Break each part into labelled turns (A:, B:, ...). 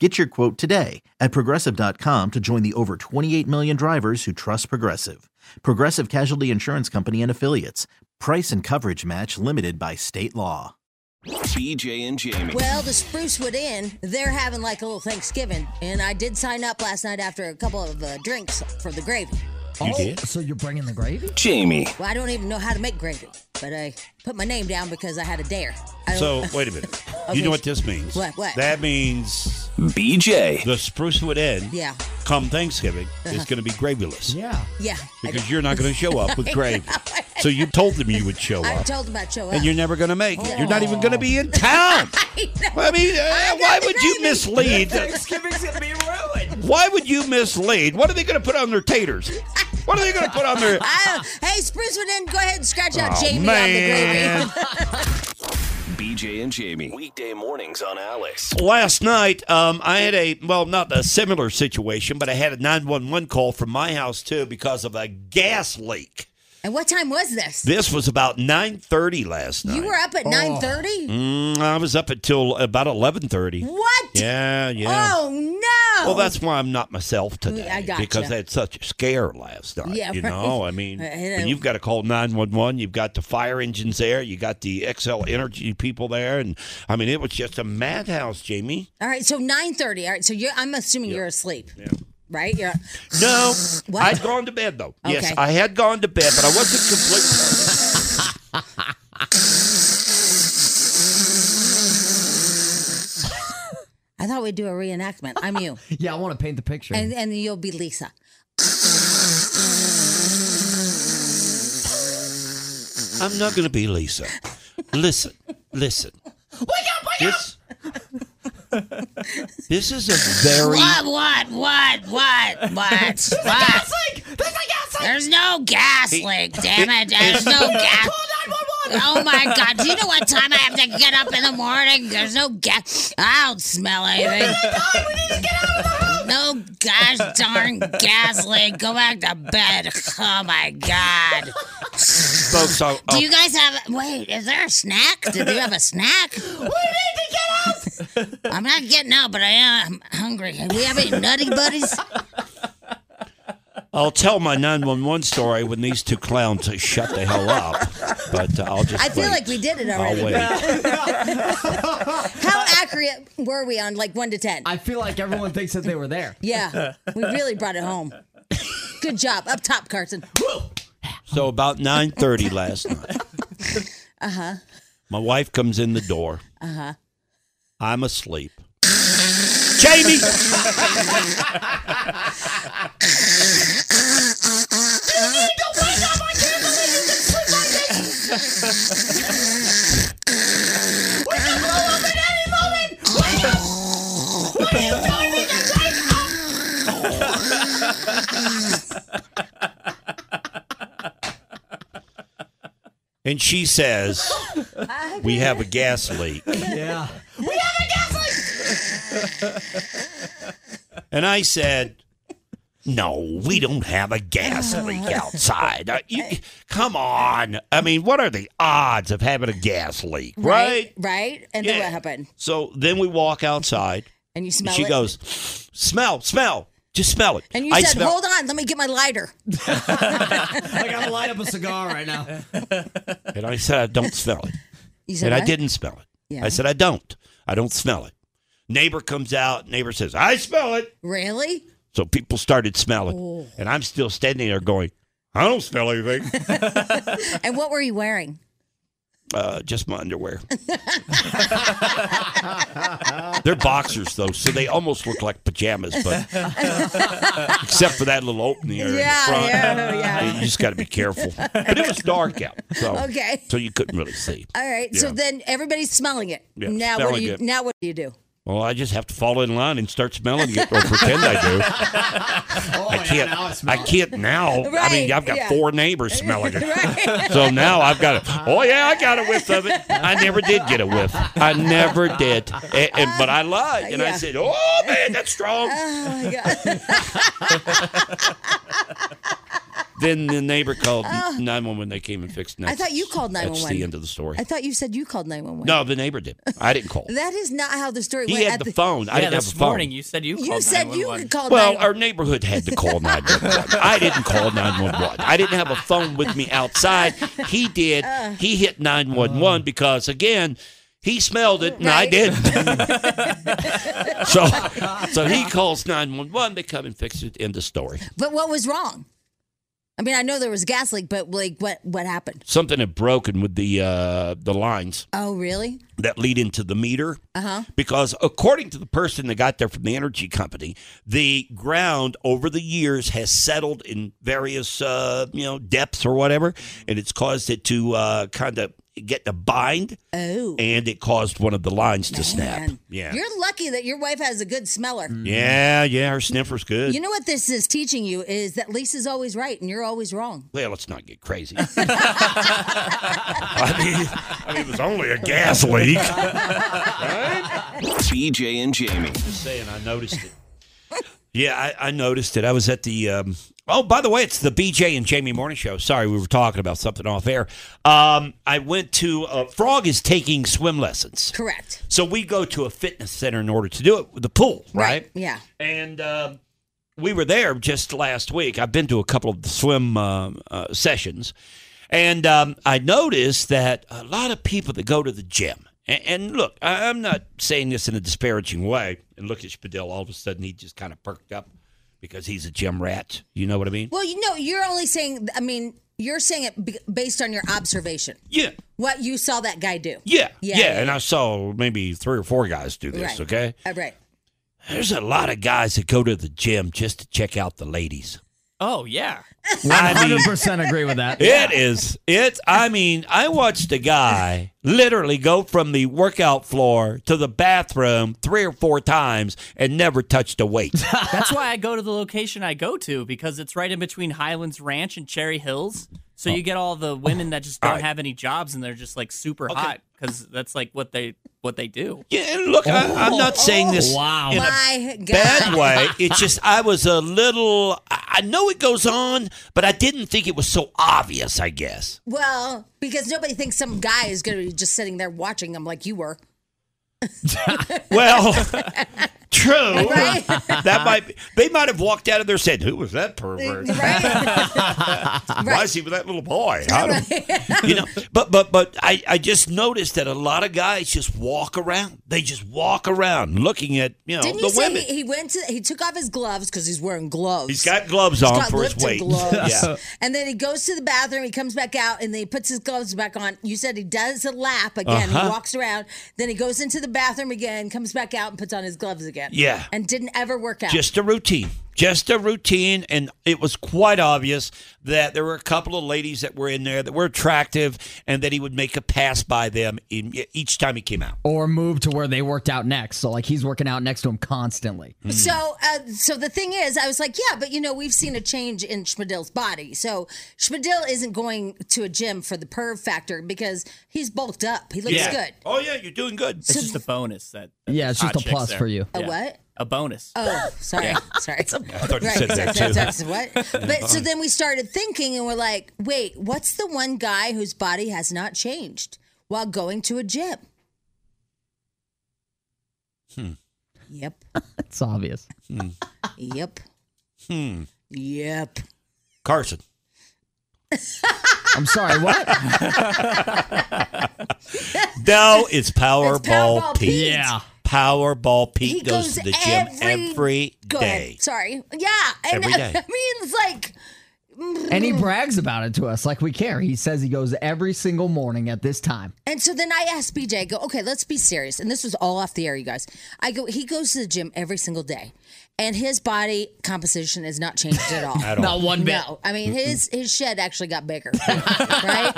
A: Get your quote today at progressive.com to join the over 28 million drivers who trust Progressive. Progressive Casualty Insurance Company and Affiliates. Price and coverage match limited by state law.
B: BJ and Jamie.
C: Well, the Sprucewood Inn, they're having like a little Thanksgiving, and I did sign up last night after a couple of uh, drinks for the gravy.
D: You did? Oh, So you're bringing the gravy?
B: Jamie.
C: Well, I don't even know how to make gravy, but I put my name down because I had a dare. I don't-
D: So wait a minute. You
C: Okay.
D: know what this means?
C: What, what?
D: That means
B: BJ.
D: the Sprucewood Inn.
C: Yeah. Uh-huh.
D: Come Thanksgiving is going to be gravyless. Yeah.
C: yeah, I-
D: Because you're not going to show up with gravy. So you told them you would show
C: I,
D: up,
C: told them I'd show up. Oh.
D: and you're never going to make it. You're not even going to be in town. I mean, uh, why would you mislead?
E: Thanksgiving's gonna be ruined.
D: Why would you mislead? What are they going to put on their taters? What are they going to put on their?
C: I don't- hey, Sprucewood Inn, go ahead and scratch out Jamie on the
D: Man.
C: gravy.
B: BJ and Jamie. Weekday mornings on Alice.
D: last night um, i had a well not a similar situation but i had a 911 call from my house too because of a gas leak
C: And what time was this?
D: this was about 9.30 last night
C: you were up at 9.30?
D: Mm, i was up until about 11.30
C: What?
D: yeah Uh, yeah
C: Oh, no.
D: well that's why i'm not myself today
C: I gotcha.
D: because i had such a scare last night
C: Yeah,
D: you
C: right.
D: know i mean
C: I know.
D: when you've got to call 911 you've got the fire engines there you got the xl energy people there and i mean it was just a madhouse jamie
C: All right, so 9.30. All right, so you're, I'm assuming you're asleep. Right? You're,
D: No,
C: What?
D: I'd gone to bed though. Yes,
C: Okay.
D: I had gone to bed, but I wasn't completely.
C: I thought we'd do a reenactment. I'm you.
E: Yeah, I want to paint the picture.
C: and and you'll be Lisa.
D: I'm not going to be Lisa. Listen, listen. Wake up! Wake this, This is a very
C: What? What? What? What? What? what? There's no gas leak, damn it. There's no gas. Oh my God. Do you know what time I have to get up in the morning? There's no gas. I don't smell anything. No gosh darn gas leak. Go back to bed. Oh my God.
D: folks. I'll,
C: Do
D: I'll-
C: you guys have? Wait, is there a snack? Did you have a snack? We need to get up. I'm not getting up, but I am hungry. Do we have any nutty buddies?
D: I'll tell my 911 story when these two clowns shut the hell up. But uh, I'll just.
C: I feel
D: wait.
C: like we did it
D: I'll
C: already.
D: wait.
C: How accurate were we on like one to ten?
E: I feel like everyone thinks that they were there.
C: Yeah, we really brought it home. Good job, up top, Carson.
D: So about 9:30 last night. Uh huh.
C: Uh-huh.
D: My wife comes in the door. Uh huh. I'm asleep. Jamie. And she says, We have a gas leak.
E: Yeah.
D: And I said, No, we don't have a gas leak outside. Uh, you- come on. I mean, what are the odds of having a gas leak, right?
C: right. right? And then
D: Yeah.
C: what happened?
D: So then we walk outside,
C: And you
D: and
C: smell
D: she
C: it.
D: goes, Smell, smell, just smell it.
C: And you
D: I
C: said,
D: smell-
C: "Hold on, let me get my lighter."
E: I gotta light up a cigar right now.
D: And I said, I don't smell it.
C: You said,
D: And I
C: "What?"
D: didn't smell it.
C: Yeah.
D: I said, I don't. I don't smell it. Neighbor comes out. Neighbor says, I smell it.
F: Really?
D: So people started smelling.
F: Oh.
D: And I'm still standing there going, I don't smell anything.
F: And what were you wearing?
D: Uh, just my underwear. They're boxers though, so they almost look like pajamas, but except for that little opening area
F: Yeah,
D: in the front,
F: yeah, yeah.
D: you just got to be careful. But it was dark out, so
F: Okay.
D: so you couldn't really see.
F: All right. So
D: Yeah.
F: then everybody's smelling it.
D: Yeah,
F: now what
D: smelling
F: do you
D: it.
F: now what do you do?
D: Well, I just have to fall in line and start smelling it, or pretend I do.
G: Oh,
D: I can't.
G: Yeah, now it
D: I
G: smells.
D: can't now. I mean,
F: Right,
D: I've got
F: yeah.
D: four neighbors smelling it.
F: Right.
D: So now I've got a, oh yeah, I got a whiff of it. I never did get a whiff. I never did. And, and- but I lied and I
F: Yeah.
D: said, oh man, that's strong.
F: oh my god.
D: Then the neighbor called 911. They came and fixed it.
F: Oh. I thought you called
D: That's the
F: 911.
D: end of the story.
F: I thought you said you called 911.
D: No, the neighbor did. I didn't call.
F: That is not how the story
D: He
F: went.
D: had
F: At
D: the phone. I
H: yeah,
D: didn't have a
H: this
D: phone.
H: morning you said you
F: You
H: called
F: said you
H: 911.
F: called
D: well,
F: 911.
D: our neighborhood had to call 911. I didn't call 911. I didn't have a phone with me outside. He did. He hit 911 because, again, he smelled it and I
F: Right.
D: didn't. so, so he calls 911. They come and fix it. End of story.
F: But what was wrong? I mean, I know there was a gas leak, but like what what happened?
D: Something had broken with the uh, the lines
F: Oh, really?
D: that lead into the meter.
F: Uh-huh.
D: because according to the person that got there from the energy company, the ground over the years has settled in various uh, you know depths or whatever, and it's caused it to uh, kind of get to bind,
F: Oh.
D: and it caused one of the lines to snap.
F: Man.
D: Yeah,
F: You're lucky that your wife has a good smeller.
D: yeah, yeah. Her sniffer's good.
F: You know what this is teaching you is that Lisa's always right and you're always wrong.
D: well, let's not get crazy. I mean, I mean, it was only a gas leak.
B: BJ and Jamie.
D: saying I noticed it. yeah, I, I noticed it. I was at the. Um, oh, by the way, it's the BJ and Jamie Morning Show. Sorry, we were talking about something off air. Um, I went to uh, Frog is taking swim lessons,
F: Correct.
D: so we go to a fitness center in order to do it. with The pool, right?
F: Yeah.
D: And um we were there just last week. I've been to a couple of the swim uh, uh, sessions, and um, I noticed that a lot of people that go to the gym. And, and look, I, I'm not saying this in a disparaging way. And look at Spadil. All of a sudden, he just kind of perked up because he's a gym rat. You know what I mean?
F: Well, you know, you're only saying I mean, you're saying it b- based on your observation.
D: Yeah.
F: What you saw that guy do.
D: Yeah, yeah,
F: Yeah, yeah,
D: and I saw maybe three or four guys do this.
F: Right.
D: Okay,
F: Uh, right.
D: there's a lot of guys that go to the gym just to check out the ladies.
H: Oh yeah.
D: I mean,
G: 100% agree with that.
D: It is. It's. I mean, I watched a guy literally go from the workout floor to the bathroom three or four times and never touched a weight.
H: That's why I go to the location I go to because it's right in between Highlands Ranch and Cherry Hills. So you get all the women that just don't
D: Oh. All right.
H: have any jobs and they're just like super hot because that's like what they what they do.
D: yeah, and look, I, I'm
F: Oh.
D: not saying this
H: Oh,
G: Wow.
D: in a
F: My God.
D: bad way. It's just I was a little. I I know it goes on, but I didn't think it was so obvious. I guess.
F: Well, because nobody thinks some guy is going to be just sitting there watching them like you were.
D: Well, true.
F: Right?
D: That might. Be, they might have walked out of there and said, "Who was that pervert?
F: right?
D: Why is he with that little boy?" I don't- you know but but but I, I just noticed that a lot of guys just walk around they just walk around looking at you know
F: Didn't
D: the
F: you say
D: women
F: he, he went to he took off his gloves because he's wearing gloves?
D: he's got gloves on
F: got
D: for his
F: lifted
D: weight
F: gloves.
D: yeah
F: and then he goes to the bathroom. He comes back out and then he puts his gloves back on. You said he does a lap again.
D: Uh-huh.
F: He walks around. Then he goes into the bathroom again, comes back out and puts on his gloves again.
D: Yeah.
F: and didn't ever work out.
D: just a routine just a routine and it was quite obvious that there were a couple of ladies that were in there that were attractive and that he would make a pass by them in, each time he came out
G: Or move to where they worked out next. So, like, he's working out next to him constantly.
D: Mm.
F: So, uh, so the thing is, I was like, yeah, but you know, we've seen a change in Schmidl's body. So Schmidl isn't going to a gym for the perv factor because he's bulked up. He looks
D: yeah
F: good.
D: oh yeah you're doing good
H: It's just a bonus that. that
G: Yeah, it's
H: hot
G: just a
H: chicks
G: plus
H: there.
G: for you.
F: A
H: Yeah.
F: what?
H: A bonus.
F: Oh, sorry, sorry.
D: i thought you
F: Right,
D: said that
F: sorry,
D: too
F: sorry, sorry, what? But so then we started thinking, and we're like, wait, what's the one guy whose body has not changed while going to a gym? Yep.
G: It's obvious.
F: Yep.
D: hmm.
F: Yep.
D: carson
G: I'm sorry, what?
D: no it's powerball,
F: Powerball Pete.
D: Pete.
G: yeah.
D: Powerball. Pete
F: he
D: goes,
F: goes,
D: to the gym
F: every,
D: every
F: go ahead,
D: day.
F: Sorry. Yeah. And
D: Every day.
F: that means like mm.
G: And he brags about it to us like we care. He says he goes every single morning at this time.
F: And so then I asked BJ, I go, okay, let's be serious. And this was all off the air, you guys. I go, he goes to the gym every single day, and his body composition has not changed at all.
D: At all.
G: Not one bit.
F: No, I mean his his shed actually got bigger, right?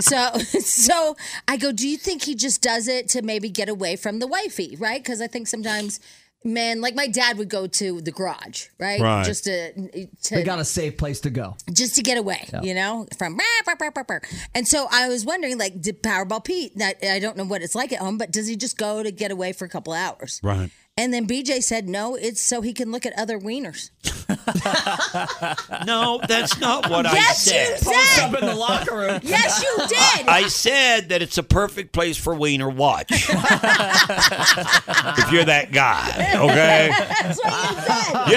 F: So so I go, do you think he just does it to maybe get away from the wifey, right? Because I think sometimes men, like my dad, would go to the garage, right,
D: Right.
F: just to
G: We
F: to
G: got a safe place to go.
F: just to get away, you know, from. rah, rah, rah, rah, rah. And so I was wondering, like, did Powerball Pete? That I don't know what it's like at home, but does he just go to get away for a couple hours?
D: Right.
F: And then BJ said, no, it's so he can look at other wieners.
D: No, that's not what I
F: yes,
D: said.
F: you said.
E: in the locker room.
F: Yes, you did.
D: I said that it's a perfect place for Wiener Watch. if you're that guy, okay?
F: That's what you said.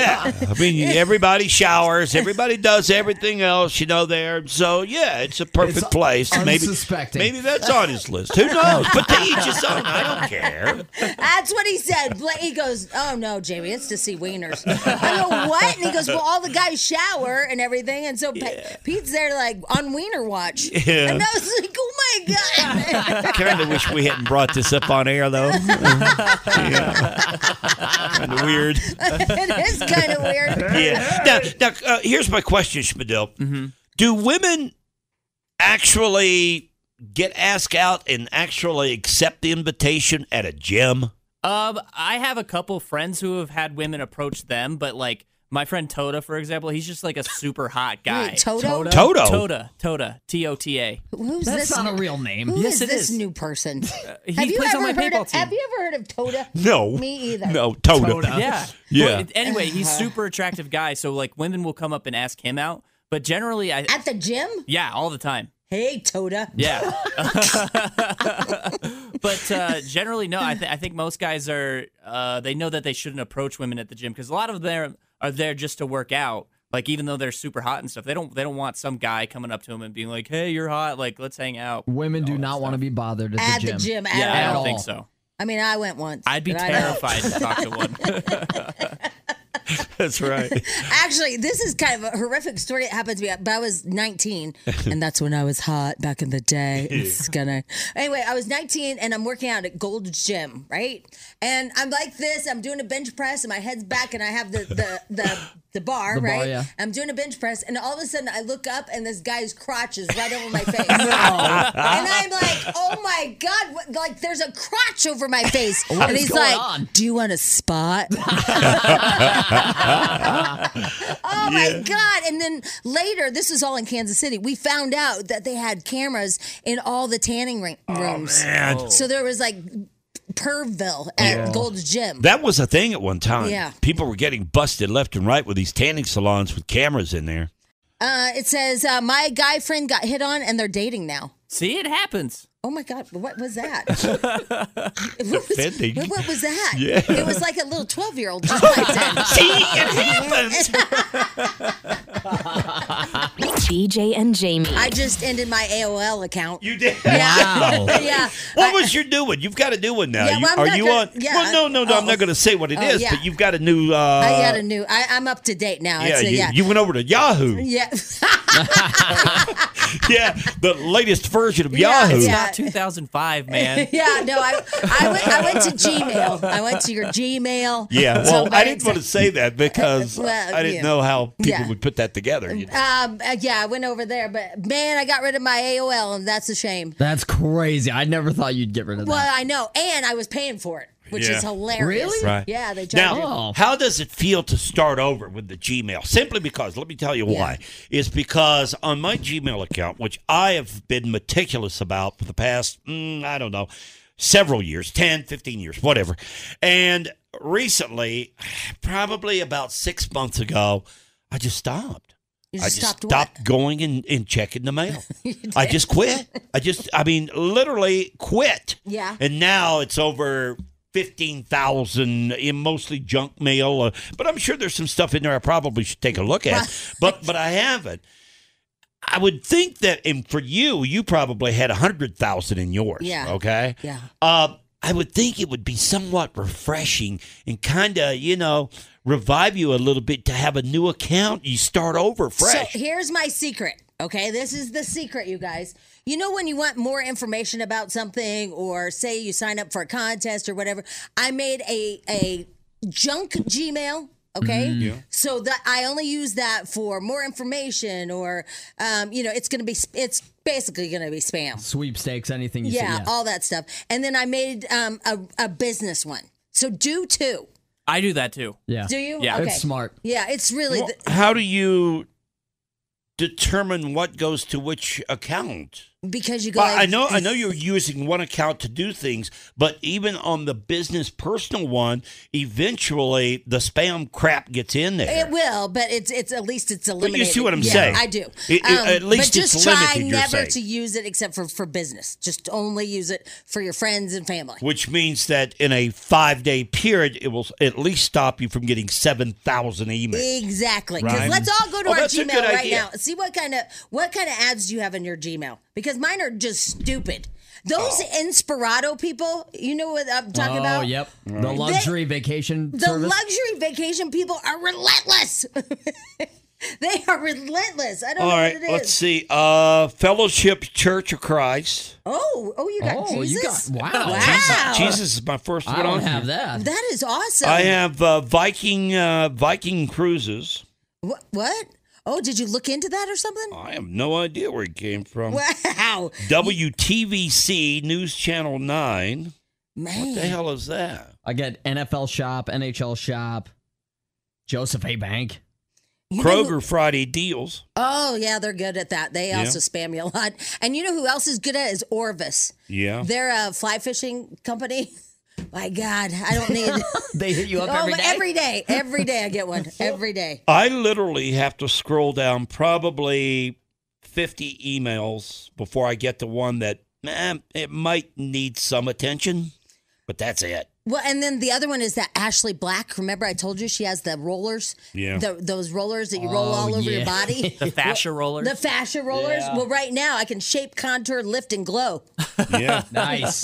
D: Yeah. I mean, everybody showers, everybody does everything else, you know, there. So, yeah, it's a perfect
G: It's
D: place. Maybe,
G: unsuspecting.
D: maybe that's on his list. Who knows? But to each his own. I don't care.
F: That's what he said. Bla- He goes, oh no, Jamie, it's to see wieners. I go, what? And he goes, well, all the guys shower and everything, and so Pe- Pete's there like on wiener watch.
D: Yeah.
F: And I was like, oh my god.
D: kind of wish we hadn't brought this up on air, though. yeah. Kind of weird.
F: it is kind of weird.
D: Yeah. Now, now uh, here's my question, Schmidl. Do women actually get asked out and actually accept the invitation at a gym?
H: Um, I have a couple friends who have had women approach them, but like my friend Toda, for example, he's just like a super hot guy.
F: Wait, Toto?
D: Toto?
H: Toda, Toda, T O T A.
F: Who's
G: That's
F: this?
G: not a
F: Who
G: real name.
F: is
H: Yes, it
F: this
H: is. Uh,
F: new person?
H: He
F: have you
H: plays
F: ever
H: on my
F: heard
H: paintball
F: of,
H: team.
F: Have you ever heard of Toda?
D: No.
F: me either.
D: No, Toto.
H: Yeah.
D: Yeah.
H: But anyway, he's
F: Uh-huh.
H: super attractive guy, so like women will come up and ask him out, but generally, I
F: At the gym?
H: yeah, all the time.
F: Hey, Toda.
H: Yeah. but uh, generally, no. I, th- I think most guys are, uh, they know that they shouldn't approach women at the gym because a lot of them are there just to work out. Like even though they're super hot and stuff, they don't they don't want some guy coming up to them and being like, "Hey, you're hot. Like, let's hang out."
G: Women do not want to be bothered at, the
F: At
G: gym.
F: at
H: Yeah, I
F: all.
H: don't
G: all.
H: think so.
F: I mean, I went once.
H: I'd be
F: but I don't-
H: terrified to talk to one.
D: That's right.
F: Actually, this is kind of a horrific story. It happened to me, but I was 19, and that's when I was hot back in the day. It's gonna. Anyway, I was 19, and I'm working out at Gold's Gym, right? And I'm like this. I'm doing a bench press, and my head's back, and I have the the the, the bar,
G: The bar,
F: right?
G: yeah.
F: I'm doing a bench press, and all of a sudden, I look up, and this guy's crotch is right over my face. and I'm like, oh my god! What, like, there's a crotch over my face, and
G: is
F: he's
G: going
F: like,
G: on?
F: do you want a spot? Oh my God. And then later, this is all in Kansas City, we found out that they had cameras in all the tanning ring-
D: Oh,
F: rooms. So there was like Perville at Gold's Gym.
D: That was a thing at one time.
F: Yeah.
D: People were getting busted left and right with these tanning salons with cameras in there.
F: uh, it says, uh, My guy friend got hit on and they're dating now.
H: See, it happens.
F: Oh my God, what was that? what,
D: Offending.
F: was, what was that?
D: Yeah.
F: It was like a little 12 year old just like that.
D: See, it happens.
I: BJ and Jamie.
F: I just ended my AOL account.
D: You did.
G: Wow.
F: yeah.
D: What was your new one? You've got a new one now.
F: Yeah,
D: You-
F: well, I'm
D: are
F: not
D: you on?
F: gonna- yeah,
D: well, no, no, no. I'm
F: oh.
D: not going to say what it
F: Oh,
D: is,
F: yeah.
D: but you've got a new. Uh,
F: I got a new, I, I'm up to date now.
D: yeah,
F: it's a,
D: you,
F: yeah.
D: you went over to Yahoo.
F: yeah.
D: yeah, the latest version of
F: Yeah,
D: Yahoo.
F: yeah.
H: Not 2005, man.
F: Yeah, no, I, I, went, I went to Gmail. I went to your Gmail.
D: Yeah,
F: So
D: well, I
F: my-
D: didn't want to say that because
F: Well,
D: I didn't
F: yeah.
D: know how people
F: Yeah.
D: would put that together. you know.
F: Um, uh, yeah, I went over there, but man, I got rid of my AOL, and that's a shame.
G: That's crazy. I never thought you'd get rid of
F: Well,
G: that.
F: I know, and I was paying for it, which
D: Yeah.
F: is hilarious.
G: Really?
D: Right.
F: Yeah, they charged me.
D: Now,
G: Oh.
D: how does it feel to start over with the Gmail? Simply because, let me tell you why. It's because on my Gmail account, which I have been meticulous about for the past, mm, I don't know, several years 10, 15 years, whatever. And recently, probably about six months ago, I just stopped.
F: You
D: I
F: just
D: just
F: stopped what?
D: stopped going and, and checking the mail. I just quit. I just, I mean, literally quit.
F: Yeah.
D: And now it's over 15,000 in mostly junk mail. Uh, but I'm sure there's some stuff in there I probably should take a look at. but but I haven't. I would think that, and for you, you probably had 100,000 in yours.
F: Yeah.
D: Okay.
F: Yeah.
D: Uh, I would think it would be somewhat refreshing and kind of, you know, revive you a little bit to have a new account. You start over fresh.
F: So here's my secret. Okay, this is the secret, you guys. You know, when you want more information about something, or say you sign up for a contest or whatever, I made a a junk Gmail. Okay,
D: Mm-hmm.
J: Mm, yeah.
F: so that I only use that for more information, or um, you know, it's gonna be sp- it's basically gonna be spam.
G: Sweepstakes, anything you
F: Yeah,
G: see.
F: all that stuff. And then I made um, a a business one. So do too.
H: I do that too.
G: Yeah.
F: Do you?
D: Yeah.
F: Okay.
D: It's smart.
F: Yeah, it's really.
D: Well,
F: the-
D: How do you determine what goes to which account?
F: because you go.
D: Well, I
F: like-
D: know, I know you're using one account to do things, but even on the business personal one, eventually the spam crap gets in there.
F: It will, but it's it's at least it's
D: you see
F: eliminated.
D: what I'm
F: Yeah,
D: saying.
F: I do. Um,
D: It- it- at least
F: but just
D: it's
F: try
D: limited, you're
F: never
D: saying.
F: to use it except for for business. Just only use it for your friends and family.
D: which means that in a five day period, it will at least stop you from getting 7,000 emails.
F: Exactly. Because
D: Right.
F: let's all go to
D: Oh,
F: our
D: that's a
F: Gmail
D: good
F: right
D: idea.
F: now. See what kind of what kind of ads do you have in your Gmail? Because mine are just stupid. Those
D: Oh.
F: Inspirado people, you know what I'm talking
G: oh,
F: about?
G: yep. The
F: They-
G: luxury vacation
F: The
G: service.
F: luxury vacation people are relentless. they are relentless. I don't
D: All
F: know
D: right,
F: what it is.
D: let's see. Uh, Fellowship Church of Christ.
F: Oh, oh, you got
G: Oh, you
F: Jesus!
G: got- wow.
F: wow,
D: Jesus is my first
G: I
D: one
G: don't
D: on
G: have
D: here.
G: that.
F: That is awesome.
D: I have uh, Viking uh, Viking cruises.
F: What? what? Oh, did you look into that or something?
D: I have no idea where it came from.
F: Wow,
D: WTVC News Channel Nine.
F: man!
D: What the hell is that?
G: I get NFL shop, NHL shop, Joseph A. Bank.
D: Kroger Friday deals.
F: Oh yeah, they're good at that. They
D: Yeah.
F: also spam you a lot. And you know who else is good at it is Orvis.
D: Yeah.
F: They're a fly fishing company. My God, I don't need.
G: they hit you up
F: oh,
G: every
F: but
G: day?
F: every day, every day I get one. Every day.
D: I literally have to scroll down probably 50 emails before I get to one that eh, it might need some attention, but that's it.
F: Well, and then the other one is that Ashley Black. Remember, I told you she has the rollers.
D: Yeah.
F: The, those rollers that you roll all over your body.
H: Oh, The fascia rollers.
F: The fascia rollers.
H: Yeah.
F: Well, right now I can shape, contour, lift, and glow
D: Yeah.
G: nice.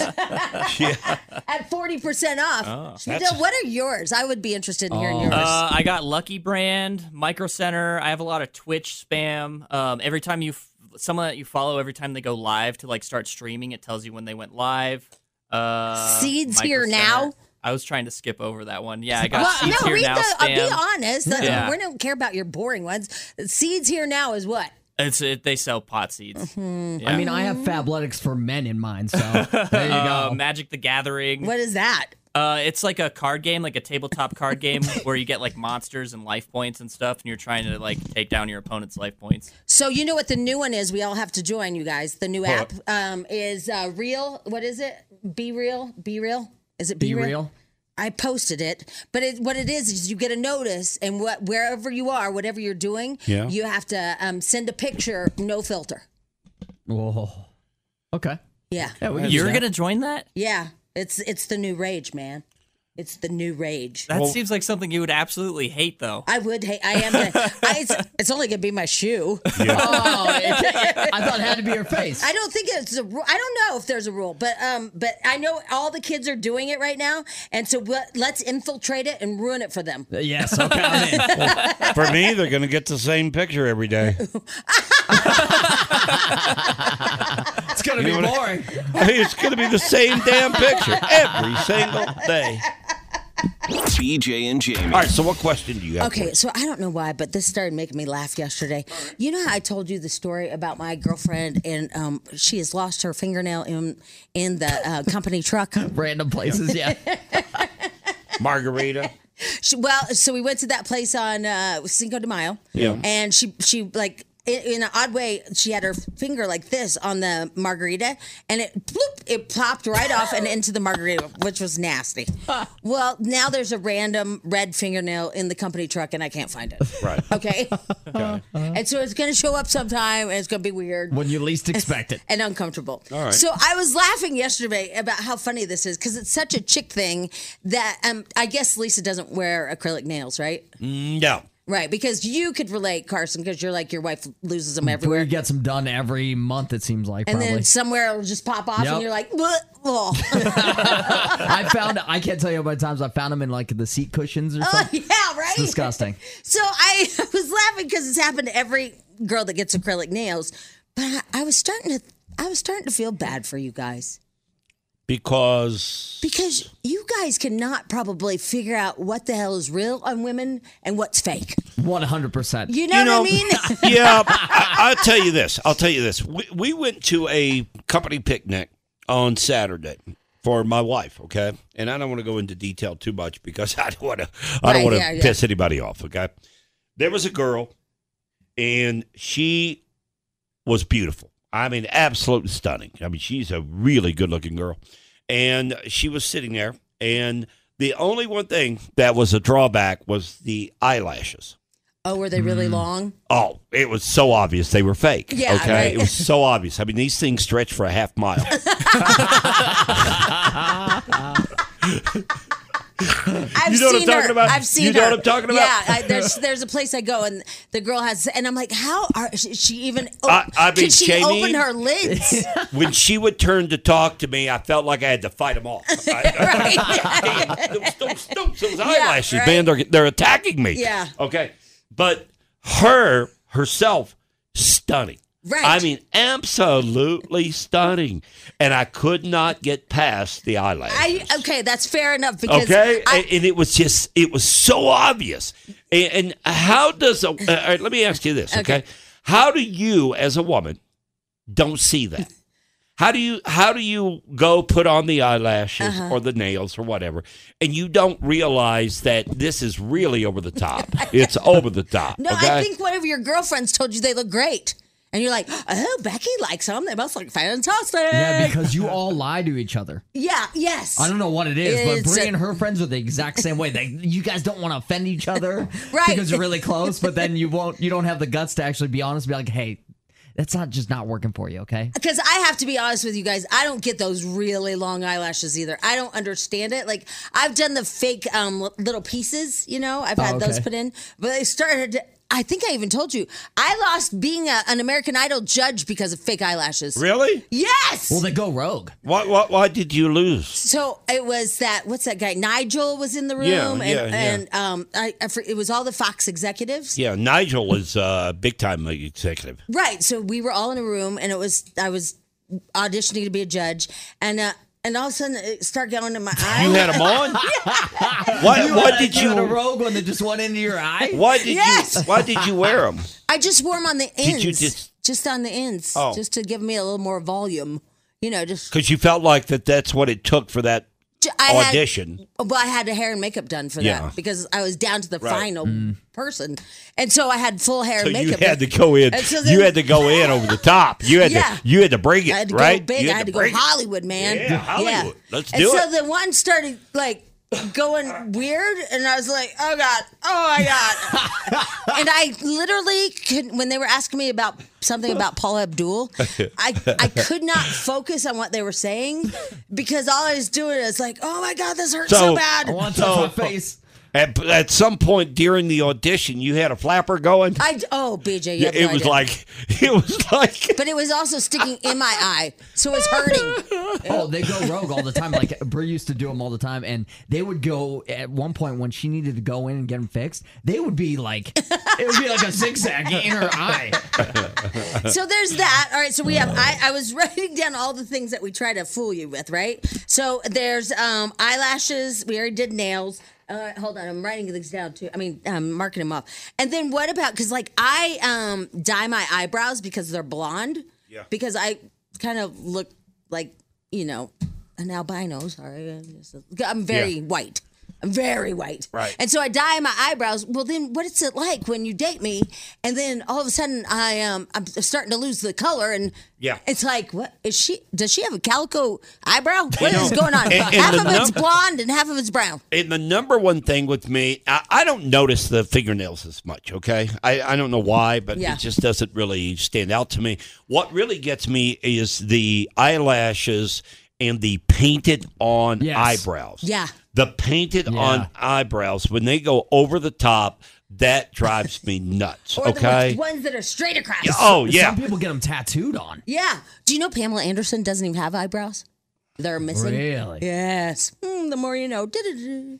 D: yeah.
F: at forty percent off.
H: Oh.
F: Now, what are yours? I would be interested in hearing yours.
H: Uh, I got Lucky Brand, Micro Center. I have a lot of Twitch spam. Um, every time you, f- someone that you follow, every time they go live to like start streaming, it tells you when they went live. Uh,
F: Seeds
H: Micro
F: here
H: Center.
F: now?
H: I was trying to skip over that one. Yeah, I got
F: well,
H: Seeds
F: no,
H: here
F: read
H: now
F: the. uh,
H: spam.
F: be honest. That-
H: Yeah.
F: We don't care about your boring ones. Seeds here now is what.
H: It's it, they sell pot seeds.
F: Mm-hmm.
H: Yeah.
G: I mean, I
F: Mm.
G: have Fabletics for men in mind, so there you
H: Uh,
G: go.
H: Magic the Gathering.
F: What is that?
H: Uh, it's like a card game, like a tabletop card game, where you get like monsters and life points and stuff, and you're trying to like take down your opponent's life points.
F: So you know what the new one is? We all have to join you guys. The new app um, is uh, real. What is it? Be real. Be real. Is it be,
G: Be real.
F: I posted it, but it, what it is is you get a notice, and what wherever you are, whatever you're doing,
G: Yeah.
F: you have to um, send a picture, no filter.
G: Whoa. Okay.
F: Yeah,
H: You're gonna join that?
F: yeah. It's it's the new rage, man. It's the new rage.
H: That seems like something you would absolutely hate, though.
F: I would hate. I am. Gonna, I, it's, it's only gonna be my shoe.
G: Oh, it- I thought it had to be your face.
F: I don't think it's a rule. I don't know if there's a rule, but um, but I know all the kids are doing it right now, and so we'll, let's infiltrate it and ruin it for them.
G: Uh, Yes. Okay. I'm in.
D: For me, they're going to get the same picture every day.
G: It's gonna
D: You
G: be
D: know what I-
G: boring.
D: I mean, it's going to be the same damn picture every single day.
B: BJ and Jamie.
D: All right, so what question do you have?
F: Okay, so I don't know why, but this started making me laugh yesterday. You know how I told you the story about my girlfriend, and um, she has lost her fingernail in in the uh, company truck.
G: Random places. Yeah.
D: Margarita.
F: She, well, so we went to that place on uh, Cinco de Mayo.
D: Yeah.
F: And she she like in, in an odd way she had her finger like this on the margarita, and it bloop it popped right off and into the margarita, which was nasty. Well, now there's a random red fingernail in the company truck, and I can't find it.
D: Right.
F: Okay. And so it's gonna show up sometime, and it's gonna be weird
G: When you least expect it.
F: and uncomfortable.
D: All right.
F: So I was laughing yesterday about how funny this is because it's such a chick thing that um I guess Lisa doesn't wear acrylic nails, right?
D: No.
F: Right, because you could relate, Carson, because you're like your wife loses them everywhere.
G: Everywhere. We gets them done every month, it seems like.
F: And
G: Mm, probably.
F: then somewhere it'll just pop off,
G: Yep.
F: and you're like, "Bleh, oh.
G: I found, I can't tell you how many times I found them in like the seat cushions or
F: oh,
G: something.
F: yeah, right?
G: It's disgusting.
F: So I was laughing because it's happened to every girl that gets acrylic nails. But I, I was starting to, I was starting to feel bad for you guys
D: because
F: because you guys cannot probably figure out what the hell is real on women and what's fake.
G: 100%.
F: You know, what I mean?
D: yeah, I, I'll tell you this. I'll tell you this. We, we went to a company picnic on Saturday for my wife. Okay, and I don't want to go into detail too much because I don't want to. I
J: Right,
D: don't want to
J: yeah, yeah.
D: piss anybody off. Okay, there was a girl, and she was beautiful. I mean, absolutely stunning. I mean, she's a really good looking girl. And she was sitting there, and the only one thing that was a drawback was the eyelashes.
F: Oh, were they really long?
D: Oh, it was so obvious they were fake.
F: Yeah,
D: okay.
F: right.
D: It was so obvious. I mean, these things stretch for a half mile.
F: I've
D: You know what I'm
F: seen
D: talking
F: her.
D: about?
F: I've seen
D: You know
F: her.
D: what I'm talking about?
F: Yeah, I, there's there's a place I go and the girl has, and I'm like, how are she, she even? Oh,
D: I- I mean,
F: can she
D: Jamie-
F: open her lids?
D: when she would turn to talk to me, I felt like I had to fight them off. Those eyelashes,
J: right.
D: man, they're they're attacking me.
J: Yeah.
D: Okay. But her herself, stunning.
J: Right.
D: I mean, absolutely stunning. And I could not get past the eyelash.
F: I okay, that's fair enough because
D: okay,
F: I,
D: and, and it was just it was so obvious. And, and how does a? All right, let me ask you this, okay. How do you, as a woman, don't see that? How do you how do you go put on the eyelashes
J: Uh-huh.
D: or the nails or whatever, and you don't realize that this is really over the top? it's over the top.
F: no,
D: okay?
F: I think one of your girlfriends told you they look great, and you're like, oh, Becky likes them. They must look fantastic.
G: Yeah, because you all lie to each other.
F: yeah, yes.
G: I don't know what it is,
F: It's
G: but Brie
F: a-
G: and her friends are the exact same way. They, you guys don't want to offend each other
F: Right.
G: because you're really close, but then you won't. You don't have the guts to actually be honest. And be like, hey, that's not just not working for you, okay?
F: Because I have to be honest with you guys, I don't get those really long eyelashes either. I don't understand it. Like I've done the fake um, li- little pieces, you know, I've
K: Oh,
F: had those
K: okay.
F: put in, but I started. I think I even told you I lost being a, an American Idol judge because of fake eyelashes.
D: really.
F: Yes.
G: Well, they go rogue.
D: Why, why why did you lose?
F: So it was that what's that guy Nigel was in the room
D: Yeah,
F: and
D: yeah, yeah.
F: and um I, I for- it was all the Fox executives.
D: Yeah, Nigel is a uh, big time executive.
F: Right. So we were all in a room, and it was I was auditioning to be a judge, and uh, and all of a sudden it started going in my eye.
D: You had him on. Why
G: You
D: why
G: had-
D: did
G: you
D: you
G: had a rogue one that just went into your eye?
D: Why did you
F: Yes.
D: why did you wear them?
F: I just wore them on the
D: Did
F: ends,
D: you just-
F: just on the ends,
D: Oh.
F: just to give me a little more volume. You know, just
D: Because you felt like that that's what it took for that
F: J- I had-
D: audition.
F: well, I had the hair and makeup done for
D: Yeah.
F: that because I was down to the
D: Right.
F: final
D: Mm.
F: person, and so I had full hair
D: so
F: and
D: you
F: makeup.
D: had to go in.
F: And so
D: you
F: then-
D: had to go in over the top. You had
F: Yeah.
D: to you had to bring it,
F: I had to
D: right?
F: go big.
D: You
F: I had to,
D: bring
F: go
D: it.
F: Hollywood, man.
D: Yeah, Hollywood. Let's
F: and
D: do
F: so
D: it.
F: the one started like going weird, and I was like, "Oh god, oh my god!" and I literally could when they were asking me about something about Paul Abdul, I I could not focus on what they were saying because all I was doing is like, "Oh my god, this hurts so, bad."
D: At, at some point during the audition, you had a flapper going.
F: I oh BJ, you
D: Yeah,
F: have
D: it
F: no
D: was
F: idea.
D: like it was like
F: but it was also sticking in my eye, so it's hurting.
G: Oh, they go rogue all the time. Like Brie used to do them all the time, and they would go at one point when she needed to go in and get them fixed. They would be like, it would be like a zigzag in her eye.
F: so there's that. All right. So we have. I, I was writing down all the things that we try to fool you with, right? So there's um, eyelashes. We already did nails. Uh, hold on, I'm writing these down too. I mean, I'm marking them off. And then what about? Because like I um, dye my eyebrows because they're blonde.
J: Yeah.
F: Because I kind of look like you know an albino. Sorry, I'm just- I'm very
J: Yeah.
F: white. I'm very white.
J: Right.
F: And so I dye my eyebrows. Well, then what is it like when you date me and then all of a sudden I am um, I'm starting to lose the color and
D: Yeah.
F: it's like what is she? Does she have a calico eyebrow? What
D: You
F: is
D: know,
F: going on?
D: and- and
F: half
D: the
F: of it's
D: num-
F: blonde and half of it's brown.
D: And the number one thing with me, I, I don't notice the fingernails as much, okay? I, I don't know why, but
J: Yeah.
D: it just doesn't really stand out to me. What really gets me is the eyelashes and the painted on eyebrows.
F: Yeah.
D: The painted on eyebrows, when they go over the top, That drives me nuts.
F: Or
D: okay.
F: the ones- ones that are straight across.
D: Yeah, oh yeah.
G: Some people get them tattooed on.
F: Yeah. Do you know Pamela Anderson doesn't even have eyebrows? They're missing.
G: Really?
F: Yes. Hmm, the more you know. Du-du-du.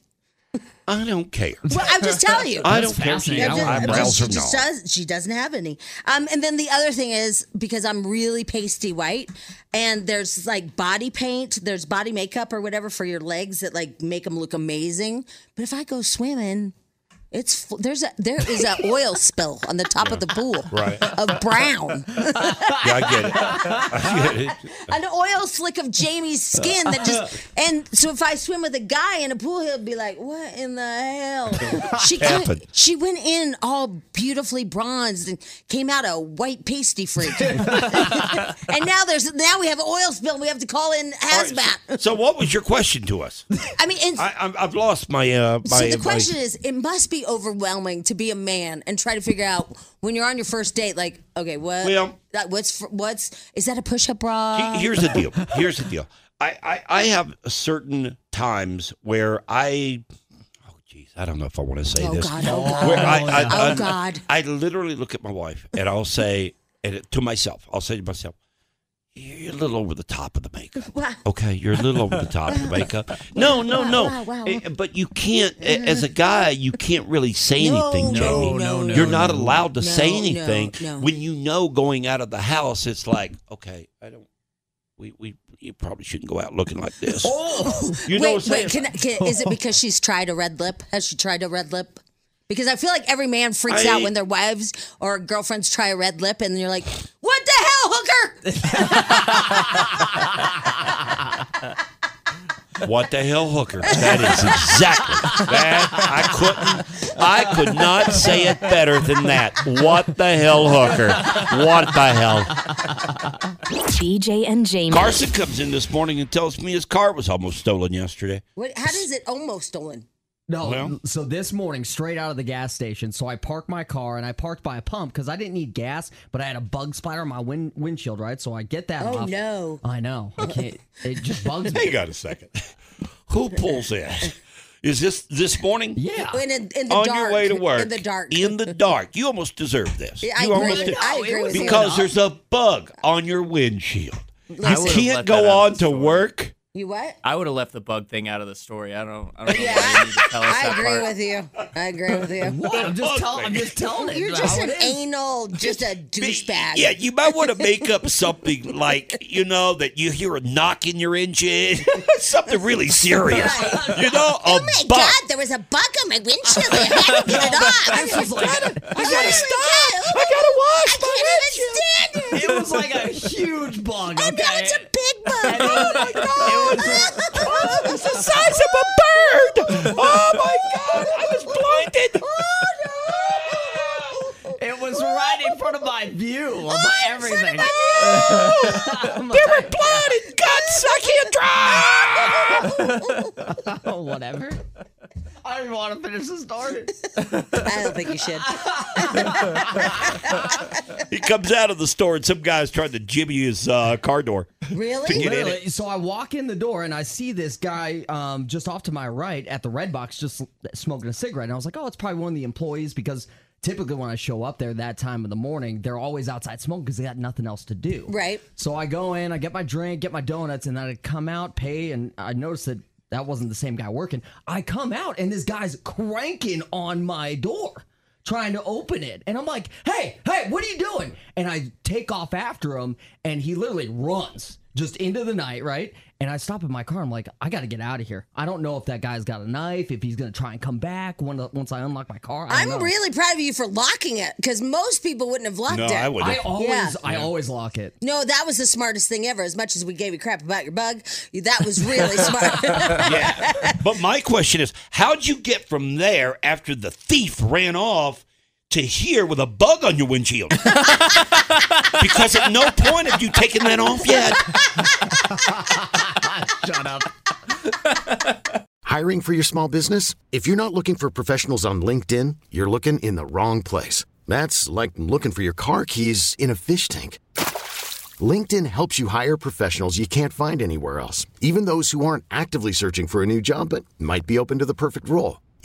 D: I don't care.
F: Well, I'm just telling you.
D: I don't care if she
F: Yeah,
D: has
F: just- I'm
D: eyebrows
F: just-
D: or
F: she just
D: not.
F: does- she doesn't have any. Um, and then the other thing is because I'm really pasty white, and there's like body paint, there's body makeup or whatever for your legs that like make them look amazing. But if I go swimming, it's fu- there's a there is an oil spill on the top of the pool
D: Right.
F: of brown,
D: Yeah, I get it. I get it.
F: an oil slick of Jamie's skin that just. And so if I swim with a guy in a pool, he'll be like, "What in the hell?" She came-
D: Happened.
F: she went in all beautifully bronzed and came out a white pasty freak. and now there's now we have an oil spill. We have to call in hazmat.
D: So what was your question to us?
F: I mean, and
D: I, I'm, I've lost my uh. My,
F: so the
D: my-
F: question is, it must be overwhelming to be a man and try to figure out when you're on your first date, like, okay, what,
D: Well-
F: that, what's, fr- what's, is that a push-up bra?
D: He- Here's the deal. Here's the deal. I, I, I have certain times where I, oh geez, I don't know if I want to say
F: oh
D: this.
F: God! Oh God!
D: Where I, I,
F: oh
D: I-
F: God!
D: I literally look at my wife and I'll say and it- to myself, I'll say to myself, you're a little over the top of the makeup.
F: Wow.
D: Okay, you're a little over the top of the makeup. No, no,
F: Wow,
D: no.
F: wow, wow.
D: Eh, But you can't, eh, as a guy, you can't really say
F: No,
D: anything, Jamie.
F: no, no, no,
D: You're not allowed to
F: No,
D: say
F: no,
D: anything
F: no.
D: when you know going out of the house. It's like, okay, I don't. We we you probably shouldn't go out looking like this. you know what
F: Oh, wait,
D: I'm saying?
F: wait. Can, I- can, is it because she's tried a red lip? Has she tried a red lip? Because I feel like every man freaks
D: I-
F: out when their wives or girlfriends try a red lip, and you're like, "What the hell, hooker?"
D: What the hell, hooker? That is exactly that. I couldn't. I could not say it better than that. What the hell, hooker? What the hell?
I: BJ and Jamie.
D: Carson comes in this morning and tells me his car was almost stolen yesterday.
F: What, how does it almost stolen?
G: No.
D: Well-
G: so this morning, straight out of the gas station, so I parked my car and I parked by a pump because I didn't need gas, but I had a bug spider on my wind, windshield, right? So I get that
F: Oh
G: off.
F: no!
G: I know. I can't. It just bugs me.
D: Hang on a second. Who pulls that? Is this this morning?
G: Yeah.
F: In, a, in the
D: on
F: dark,
D: your way to work
F: in the dark,
D: in the dark you almost deserve this
F: Yeah, I
D: you
F: agree.
D: almost
F: No, I agree with you.
D: because there's a bug on your windshield
H: I
D: you
H: would've
D: can't
H: let that
D: go
H: out
D: on
H: of the
D: to
H: story.
D: work
F: you what?
H: I would have left the bug thing out of the story. I don't. I don't know why you need to tell us
F: I
H: that
F: agree
H: part.
F: with you. I agree with you.
G: What? I'm just telling. I'm just telling it.
F: You're
G: how
F: just
G: it
F: an
G: is.
F: anal, just a douchebag.
D: yeah you might want to make up something like you know that you hear a knock in your engine something really serious you know a
F: Oh my
D: bug
F: God! There was a bug on my windshield. I had to get it off. I
G: was like-
F: I gotta stop.
D: i gotta
F: I
D: wash my
F: can't even stand it.
G: It was like a huge bug. Okay.
F: Oh no, it's a big
G: And it
F: bug.
G: was- it was-
D: Oh it's the size of a bird oh my god i was blinded
G: It was right in front of my view
D: Oh,
G: of my everything.
D: there were blood and guts i can't drive
G: Oh, whatever. I don't even want to finish the story.
F: I don't think you should.
D: He comes out of the store and some guy's trying to jimmy his uh, car door.
F: Really?
D: Get in
G: Literally, so I walk in the door and I see this guy um, just off to my right at the red box, just smoking a cigarette. And I was like, "Oh, it's probably one of the employees," because typically when I show up there that time of the morning, they're always outside smoking because they got nothing else to do.
F: Right.
G: So I go in, I get my drink, get my donuts, and then I come out, pay, and I notice that that wasn't the same guy working. I come out, and this guy's cranking on my door, trying to open it. And I'm like, hey, hey, what are you doing? And I take off after him, and he literally runs just into the night, right? And I stop in my car. I'm like, I got to get out of here. I don't know if that guy's got a knife, if he's going to try and come back when, once I unlock my car. I
F: I'm
G: don't know.
F: really proud of you for locking it because most people wouldn't have locked
D: No,
F: it.
D: I wouldn't.
G: I always,
F: Yeah.
G: I always lock it.
F: No, that was the smartest thing ever. As much as we gave you crap about your bug, that was really smart.
D: yeah. But my question is, how'd you get from there after the thief ran off to here with a bug on your windshield? because at no point have you taken that off yet.
J: Hiring for your small business? If you're not looking for professionals on LinkedIn, you're looking in the wrong place. That's like looking for your car keys in a fish tank. LinkedIn helps you hire professionals you can't find anywhere else, even those who aren't actively searching for a new job but might be open to the perfect role.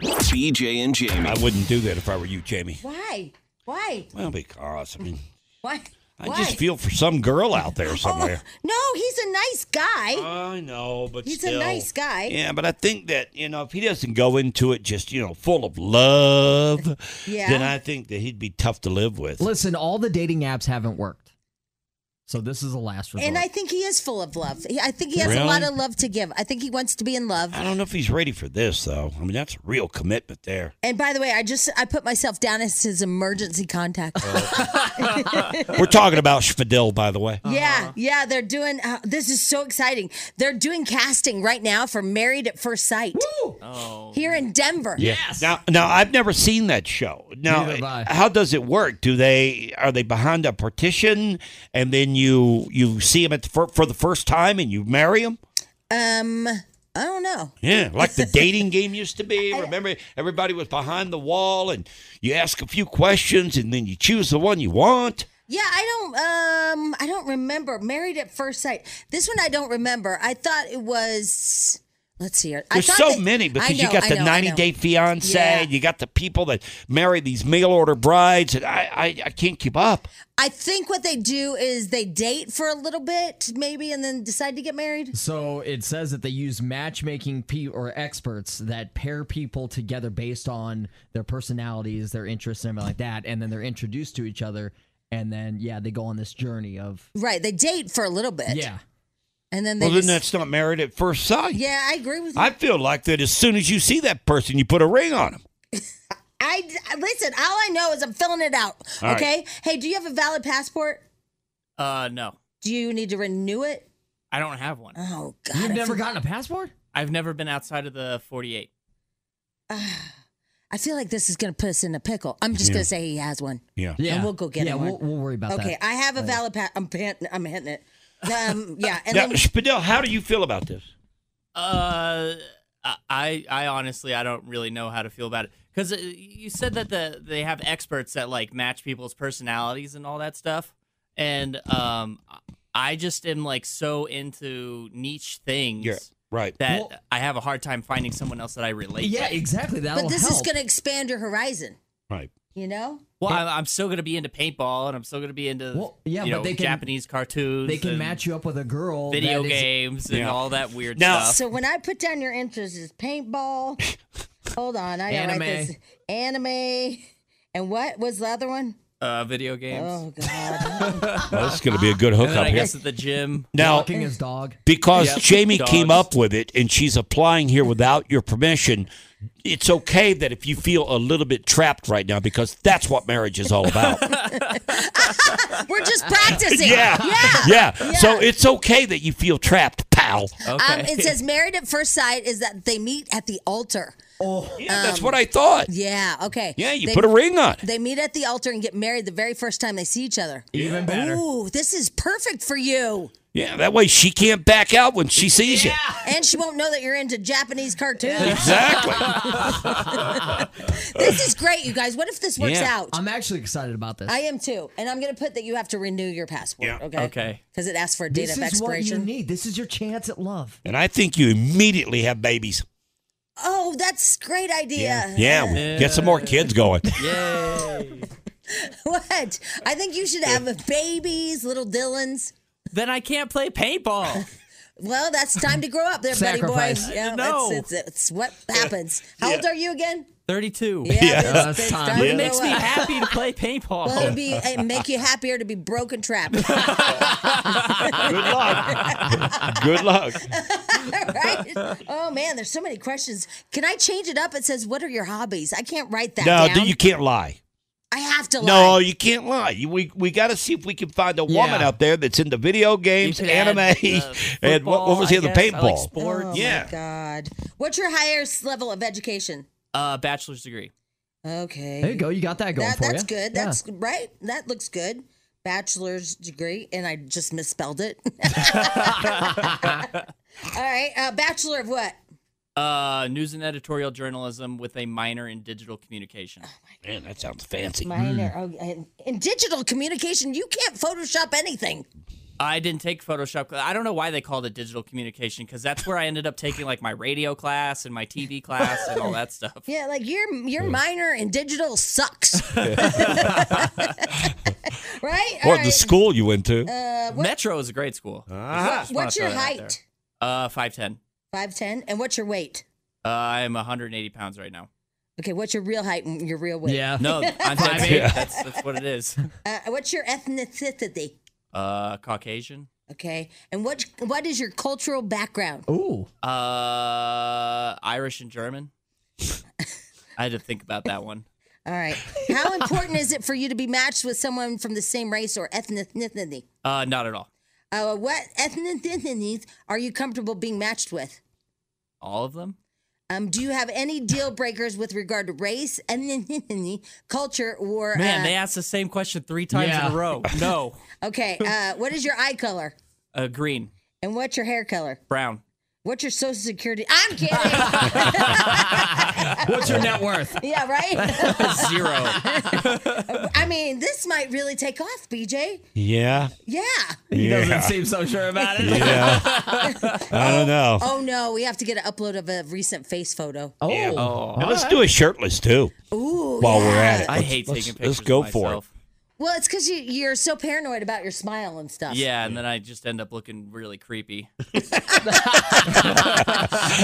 B: BJ and Jamie.
D: I wouldn't do that if I were you, Jamie.
F: Why? Why?
D: Well, because I mean,
F: Why?
D: I
F: Why?
D: just feel for some girl out there somewhere.
F: No, he's a nice guy.
D: I know, but
F: he's
D: still.
F: a nice guy.
D: Yeah, but I think that you know if he doesn't go into it just you know full of love,
G: Yeah.
D: then I think that he'd be tough to live with.
G: Listen, all the dating apps haven't worked. So this is the last resort.
F: And I think he is full of love. He- I think he has a
D: Really?
F: lot of love to give. I think he wants to be in love.
D: I don't know if he's ready for this though. I mean, that's a real commitment there.
F: And by the way, I just I put myself down as his emergency contact.
D: Oh. We're talking about Schmidl, by the way.
F: Yeah, yeah, they're doing. Uh, this is so exciting. They're doing casting right now for Married at First Sight
D: Oh.
F: here in Denver.
D: Yes. Now, now I've never seen that show. Now,
G: Neither have I.
D: how does it work? Do they are they behind a partition, and then you you see them at the, for, for the first time, and you marry them?
F: Um, I don't know.
D: Yeah, like the dating game used to be. Remember, everybody was behind the wall, and you ask a few questions, and then you choose the one you want.
F: Yeah, I don't. Um, I don't remember Married at First Sight. This one I don't remember. I thought it was. Let's see here. I
D: There's
F: thought
D: so
F: that-
D: many
F: I
D: because
F: know,
D: you got
F: I
D: the
F: know, I
D: 90
F: know.
D: Day Fiance,
F: Yeah.
D: you got the people that marry these mail order brides, and I, I I can't keep up.
F: I think what they do is they date for a little bit, maybe, and then decide to get married.
G: So it says that they use matchmaking pe- or experts that pair people together based on their personalities, their interests, and everything like that, and then they're introduced to each other, and then yeah, they go on this journey of
F: Right, they date for a little bit.
G: yeah.
F: and then they.
D: Well, then
F: just-
D: that's not married at first sight.
F: yeah, I agree with you.
D: I feel like that as soon as you see that person, you put a ring on them.
F: I listen. All I know is I'm filling it out.
D: All right.
F: okay. Hey, do you have a valid passport?
H: Uh, no,
F: Do you need to renew it?
H: I don't have one.
F: Oh God!
G: You've
F: I
G: never
F: feel-
G: gotten a passport?
H: I've never been outside of the 48.
F: I feel like this is gonna put us in a pickle. I'm just
G: Yeah.
F: gonna say he has one. And we'll go get
G: yeah,
F: him
G: We'll,
F: one.
G: we'll worry about that.
F: okay. I have a
G: later.
F: valid pass. I'm panting, I'm hitting it. Um. Yeah. And
D: Now,
F: then,
D: Spadell, how do you feel about this?
H: Uh, I I honestly I don't really know how to feel about it because you said that the they have experts that like match people's personalities and all that stuff, and um, I just am like so into niche things.
D: Yeah, right.
H: That
D: Well-
H: I have a hard time finding someone else that I relate.
G: Yeah,
H: with.
G: exactly. That'll
F: but this is
G: help.
F: gonna expand your horizon.
D: Right.
F: You know.
H: Well, I'm, I'm still gonna be into paintball, and I'm still gonna be into
G: yeah,
H: you
G: but
H: know,
G: they can-
H: Japanese cartoons.
G: They can
H: and
G: match you up with a girl.
H: video
G: that is-
H: games and
G: Yeah.
H: all that weird stuff.
F: So when I put down your interests is paintball. hold on. I gotta write
H: Anime.
F: this. Anime. And what was the other one?
H: uh, video games.
F: Oh God.
D: Well, this is going to be a good hookup
H: And then I
D: here.
H: guess at the gym.
D: Now-
G: Walking his dog.
D: Because
H: Yep.
D: Jamie
H: Dogs.
D: came up with it and she's applying here without your permission. It's okay that if you feel a little bit trapped right now because that's what marriage is all about.
F: We're just practicing.
D: yeah.
F: Yeah.
D: yeah. So it's okay that you feel trapped, pal.
F: Um, it says married at first sight is that they meet at the altar. Um,
G: Oh,
D: Yeah, that's what I thought.
F: Yeah. Okay.
D: Yeah, you put a ring on it.
F: They meet at the altar and get married the very first time they see each other.
G: Even better.
F: Ooh, this is perfect for you.
D: Yeah, that way she can't back out when she sees you.
F: And she won't know that you're into Japanese cartoons. this is great, you guys. What if this works out?
G: I'm actually excited about this.
F: I am too. And I'm going to put that you have to renew your passport, okay?
G: Okay.
F: Because it asks for a date
G: This
F: of
G: is what you
F: expiration.
G: need. This is your chance at love.
D: And I think you immediately have babies.
F: Oh, that's a great idea.
D: Yeah, get some more kids going.
F: What? I think you should have babies, little Dylans.
H: Then I can't play paintball.
F: Well, that's time to grow up there, buddy boy.
H: Sacrifice.
F: Yeah,
H: No.
F: it's, it's, it's what happens. How old are you again?
H: 32.
F: Yeah, Yeah. that's- that's that's time. time to
H: It makes
F: grow
H: me
F: up.
H: happy to play paintball.
F: Well, it'd be uh, it'd make you happier to be broken trapped.
D: Good luck.
F: right? Oh man, there's so many questions. Can I change it up? It says, "What are your hobbies?" I can't write that
D: No,
F: down.
D: you can't lie.
F: I have to
D: No,
F: lie.
D: you can't lie. You, we we got to see if we can find a
F: Yeah.
D: woman out there that's into video games,
F: could
D: anime,
F: add,
D: and what, what was the
H: I
D: other
H: guess. I
D: paintball?
H: like sports.
F: Oh,
D: yeah.
F: My God, what's your highest level of education?
H: Uh, bachelor's degree.
F: Okay.
G: There you go. You got that going
F: That-
G: for
F: that's
G: you.
F: good.
G: Yeah.
F: That's right. That looks good. Bachelor's degree, and I just misspelled it. All right, uh, bachelor of what?
H: Uh, news and editorial journalism with a minor in digital communication.
D: Man, that sounds fancy.
F: Oh, Minor.
D: Mm.
F: Oh, and- in digital communication, you can't Photoshop anything.
H: I didn't take Photoshop. I don't know why they called it digital communication because that's where I ended up taking like my radio class and my TV class and all that stuff.
F: Yeah, like your your
D: Mm.
F: minor in digital sucks. right?
D: Or
F: All right.
D: the school you went to.
F: Uh, what-
H: Metro is a great school.
D: Ah.
H: Just wanna
F: what's your
H: throw that out
F: height?
H: there. Uh, five ten.
F: Five ten. And what's your weight?
H: Uh, I'm 180 pounds right now.
F: Okay, what's your real height and your real weight?
H: No, I'm five eight. That's that's what it is.
F: Uh, what's your ethnicity?
H: Uh, Caucasian.
F: Okay, and what what is your cultural background?
G: Ooh.
H: Uh, Irish and German. I had to think about that one.
F: All right. How important is it for you to be matched with someone from the same race or ethnicity?
H: Uh, not at all.
F: Uh, what ethnicities are you comfortable being matched with?
H: All of them.
F: Um, do you have any deal breakers with regard to race, ethnicity, culture, or
H: Man,
F: uh,
H: they asked the same question three times in
G: Yeah.
H: a row. No,
F: Okay. Uh, what is your eye color?
H: uh, green,
F: And what's your hair color?
H: brown.
F: What's your social security? I'm kidding.
G: What's your net worth?
F: yeah, right?
H: Zero.
F: I mean, this might really take off, BJ.
D: Yeah.
F: Yeah.
G: He
D: Yeah.
G: doesn't seem so sure about it.
D: yeah. I don't know.
F: Oh, no. We have to get an upload of a recent face photo.
G: Oh,
D: Yeah. And let's do a shirtless too
F: Ooh.
D: while we're
F: yeah.
D: at it.
H: I
D: Let's-
H: hate
D: let's-
H: taking pictures.
D: Let's go
H: of
D: for it.
H: myself.
F: Well, it's because you, you're so paranoid about your smile and stuff.
H: Yeah, and then I just end up looking really creepy.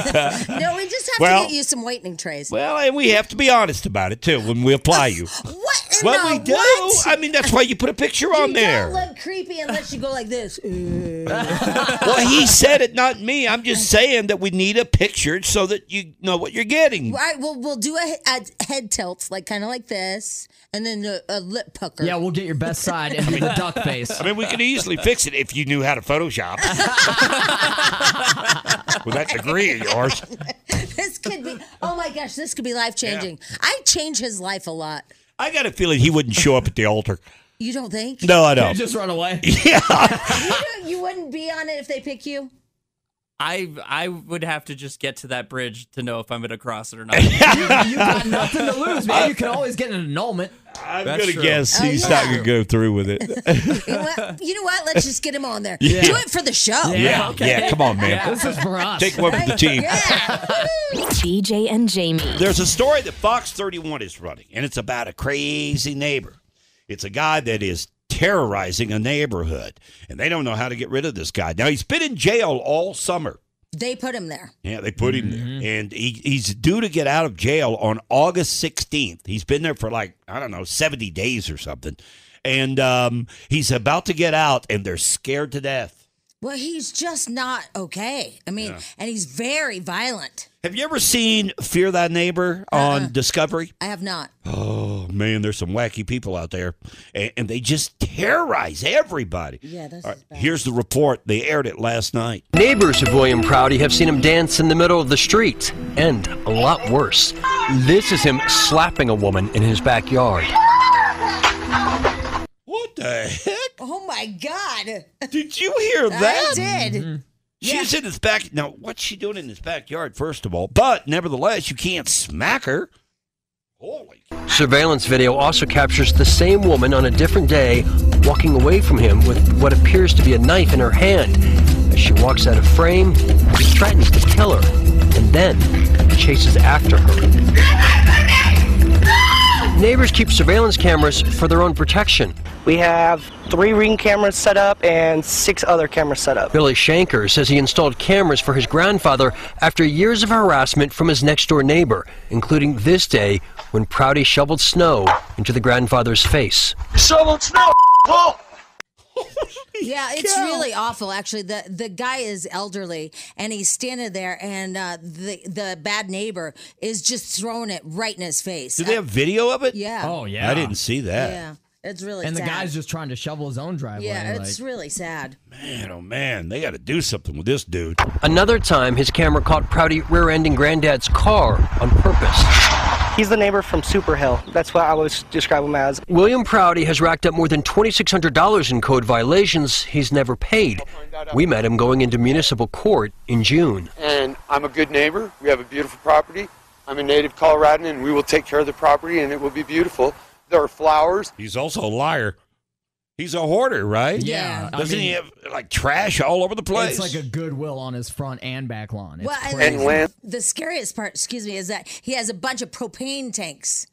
F: No, we just have
D: Well-
F: to get you some whitening trays.
D: Well, and we have to be honest about it too when we apply you.
F: What? in
D: Well,
F: the
D: we do.
F: What?
D: I mean, that's why you put a picture on
F: you
D: there.
F: don't look creepy unless you go like this. Ooh.
D: well, he said it, not me. I'm just saying that we need a picture so that you know what you're getting.
F: All right, well, we'll do a, a head tilt, like kind of like this, and then a, a lip pucker.
G: Yeah, we'll get your best side and do the duck face.
D: I mean, we could easily fix it if you knew how to Photoshop. With that degree of yours.
F: this could be. Oh my gosh, this could be life changing. I change his life a lot.
D: I got a feeling he wouldn't show up at the altar.
F: You don't think?
D: No, I
G: You
D: don't.
G: just run away.
F: You, don't- you wouldn't be on it if they pick you.
H: I I would have to just get to that bridge to know if I'm gonna cross it or not. Uh,
G: you got nothing to lose, man. You can always get an annulment.
D: I'm
H: That's
D: gonna
H: true.
D: guess
F: Oh,
D: he's
F: yeah.
D: not gonna go through with it.
F: You know what? You know what? Let's just get him on there.
D: Yeah.
F: Do it for the show.
D: yeah, yeah. Come on, man.
G: This is for us.
D: Take one for the team.
I: BJ and Jamie.
D: There's a story that Fox 31 is running, and it's about a crazy neighbor. It's a guy that is terrorizing a neighborhood, and they don't know how to get rid of this guy. Now, he's been in jail all summer.
F: They put him there.
D: Yeah, they put him there. And he, he's due to get out of jail on August 16th. He's been there for like, I don't know, 70 days or something. And um, he's about to get out, and they're scared to death.
F: Well, he's just not okay. I mean, and he's very violent.
D: Have you ever seen Fear Thy Neighbor on Discovery?
F: I have not.
D: Oh man, there's some wacky people out there, and, and they just terrorize everybody.
F: Yeah, that's
D: All right, here's the report. They aired it last night.
L: Neighbors of William Prouty have seen him dance in the middle of the street, and a lot worse. This is him slapping a woman in his backyard.
D: What the heck?
F: Oh my my God.
D: Did you hear that?
F: I did.
G: Mm-hmm.
D: She's in his back. Now, what's she doing in his backyard, first of all? But nevertheless, you can't smack her.
L: Surveillance video also captures the same woman on a different day walking away from him with what appears to be a knife in her hand. As she walks out of frame, he threatens to kill her and then chases after her. Neighbors keep surveillance cameras for their own protection.
M: We have three ring cameras set up and six other cameras set up.
L: Billy Shanker says he installed cameras for his grandfather after years of harassment from his next door neighbor, including this day when Prouty shoveled snow into the grandfather's face.
M: Shovel snow,
F: yeah, it's really awful. Actually, the the guy is elderly and he's standing there, and uh, the the bad neighbor is just throwing it right in his face.
D: Do they have video of it?
F: Yeah. Oh,
G: yeah.
D: I didn't see that.
F: yeah, it's really
G: and the
F: sad.
G: guy's just trying to shovel his own driveway.
F: yeah,
G: like-
F: it's really sad.
D: Man, oh man, they got to do something with this dude.
L: Another time, his camera caught Prouty rear ending granddad's car on purpose.
M: He's the neighbor from Super Hill. That's what I always describe him as.
L: William Prouty has racked up more than $2,600 in code violations he's never paid. We met him going into municipal court in June.
N: and I'm a good neighbor. We have a beautiful property. I'm a native Coloradan, and we will take care of the property, and it will be beautiful. There are flowers.
D: He's also a liar. He's a hoarder, right?
G: Yeah, I
D: Doesn't he
G: mean-
D: have like trash all over the place?
G: It's like a goodwill on his front and back lawn. It's
F: Well, and,
G: crazy.
F: the scariest part, excuse me, is that he has a bunch of propane tanks.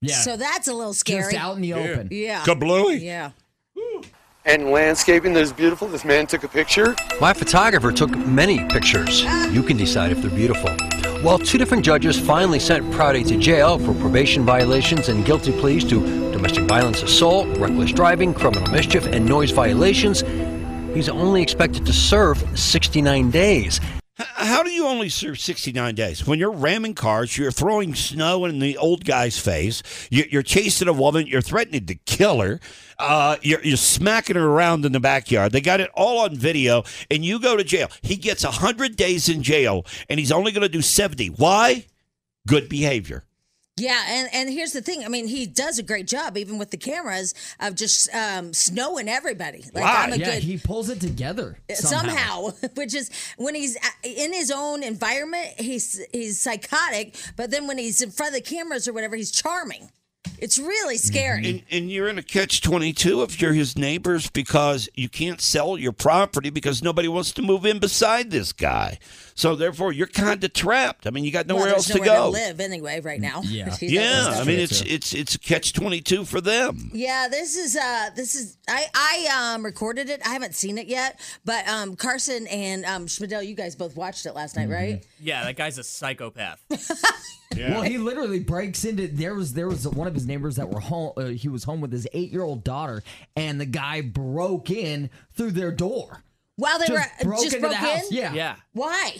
N: Yeah.
F: So that's a little scary.
G: out in the open.
F: Yeah.
D: Kablooey.
F: Yeah.
N: And landscaping that is beautiful. This man took a picture.
L: My photographer took many pictures. You can decide if they're beautiful. While two different judges finally sent Prouty to jail for probation violations and guilty pleas to domestic violence assault, reckless driving, criminal mischief, and noise violations, he's only expected to serve 69 days.
D: How do you only serve 69 days? When you're ramming cars, you're throwing snow in the old guy's face, you- you're chasing a woman, you're threatening to kill her, uh, you're, you're smacking her around in the backyard. They got it all on video, and you go to jail. He gets 100 days in jail, and he's only going to do 70. Why? Good behavior.
F: Yeah, and, and here's the thing. I mean, he does a great job, even with the cameras, of just um, snowing everybody. Like I'm a
G: yeah,
F: good uh,
G: he pulls it together somehow.
F: somehow. which is when he's a- in his own environment, he's he's psychotic. But then when he's in front of the cameras or whatever, he's charming. It's really
G: Mm-hmm.
F: scary.
D: And, and you're in a catch 22 if you're his neighbors because you can't sell your property because nobody wants to move in beside this guy. So, therefore, you're kind of trapped. I mean, you got nowhere
F: well,
D: else
F: there's
D: to
F: nowhere
D: go.
F: live anyway right now. That
D: yeah,
F: was
D: I
F: the-
D: mean it's it's it's a catch twenty two for them.
F: Yeah, this is uh this is I I um recorded it. I haven't seen it yet, but um Carson and um Schmidel, you guys both watched it last night,
H: Mm-hmm.
F: right?
H: Yeah, that guy's a psychopath.
G: Well, he literally breaks into there was there was one of his neighbors that were home. Uh, he was home with his eight year old daughter, and the guy broke in through their door.
F: While they
G: uh, Just
F: were uh,
G: broke
F: just
G: into the
F: broke in?
G: house, yeah.
H: Yeah.
F: Why?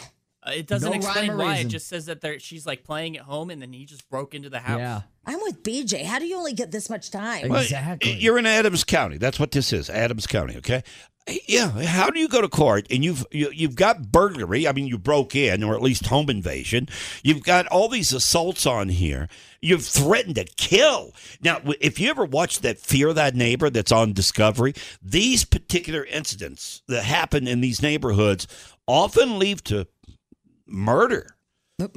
H: Uh, it doesn't
G: No rhyme
H: explain
G: or
H: why. It
G: reason.
H: just says that they're, she's like playing at home, and then he just broke into the house.
F: I'm with BJ. How do you only get this much time?
D: Well, you're in Adams County. That's what this is, Adams County. Okay. Yeah. How do you go to court and you've you, you've got burglary? I mean, you broke in, or at least home invasion. You've got all these assaults on here. You've threatened to kill. Now, w- if you ever watched that Fear That Neighbor that's on Discovery, these particular incidents that happen in these neighborhoods often lead to murder.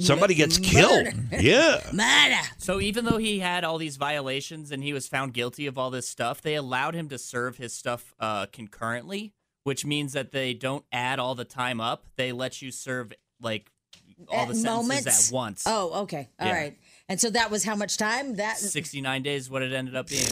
D: Somebody gets killed. Yeah.
H: So even though he had all these violations and he was found guilty of all this stuff, they allowed him to serve his stuff uh, concurrently, which means that they don't add all the time up. They let you serve like all the
F: At
H: sentences
F: moments?
H: at once.
F: Oh, okay. all right.
H: Yeah.
F: And so that was how much time? That
H: 69 days is what it ended up being.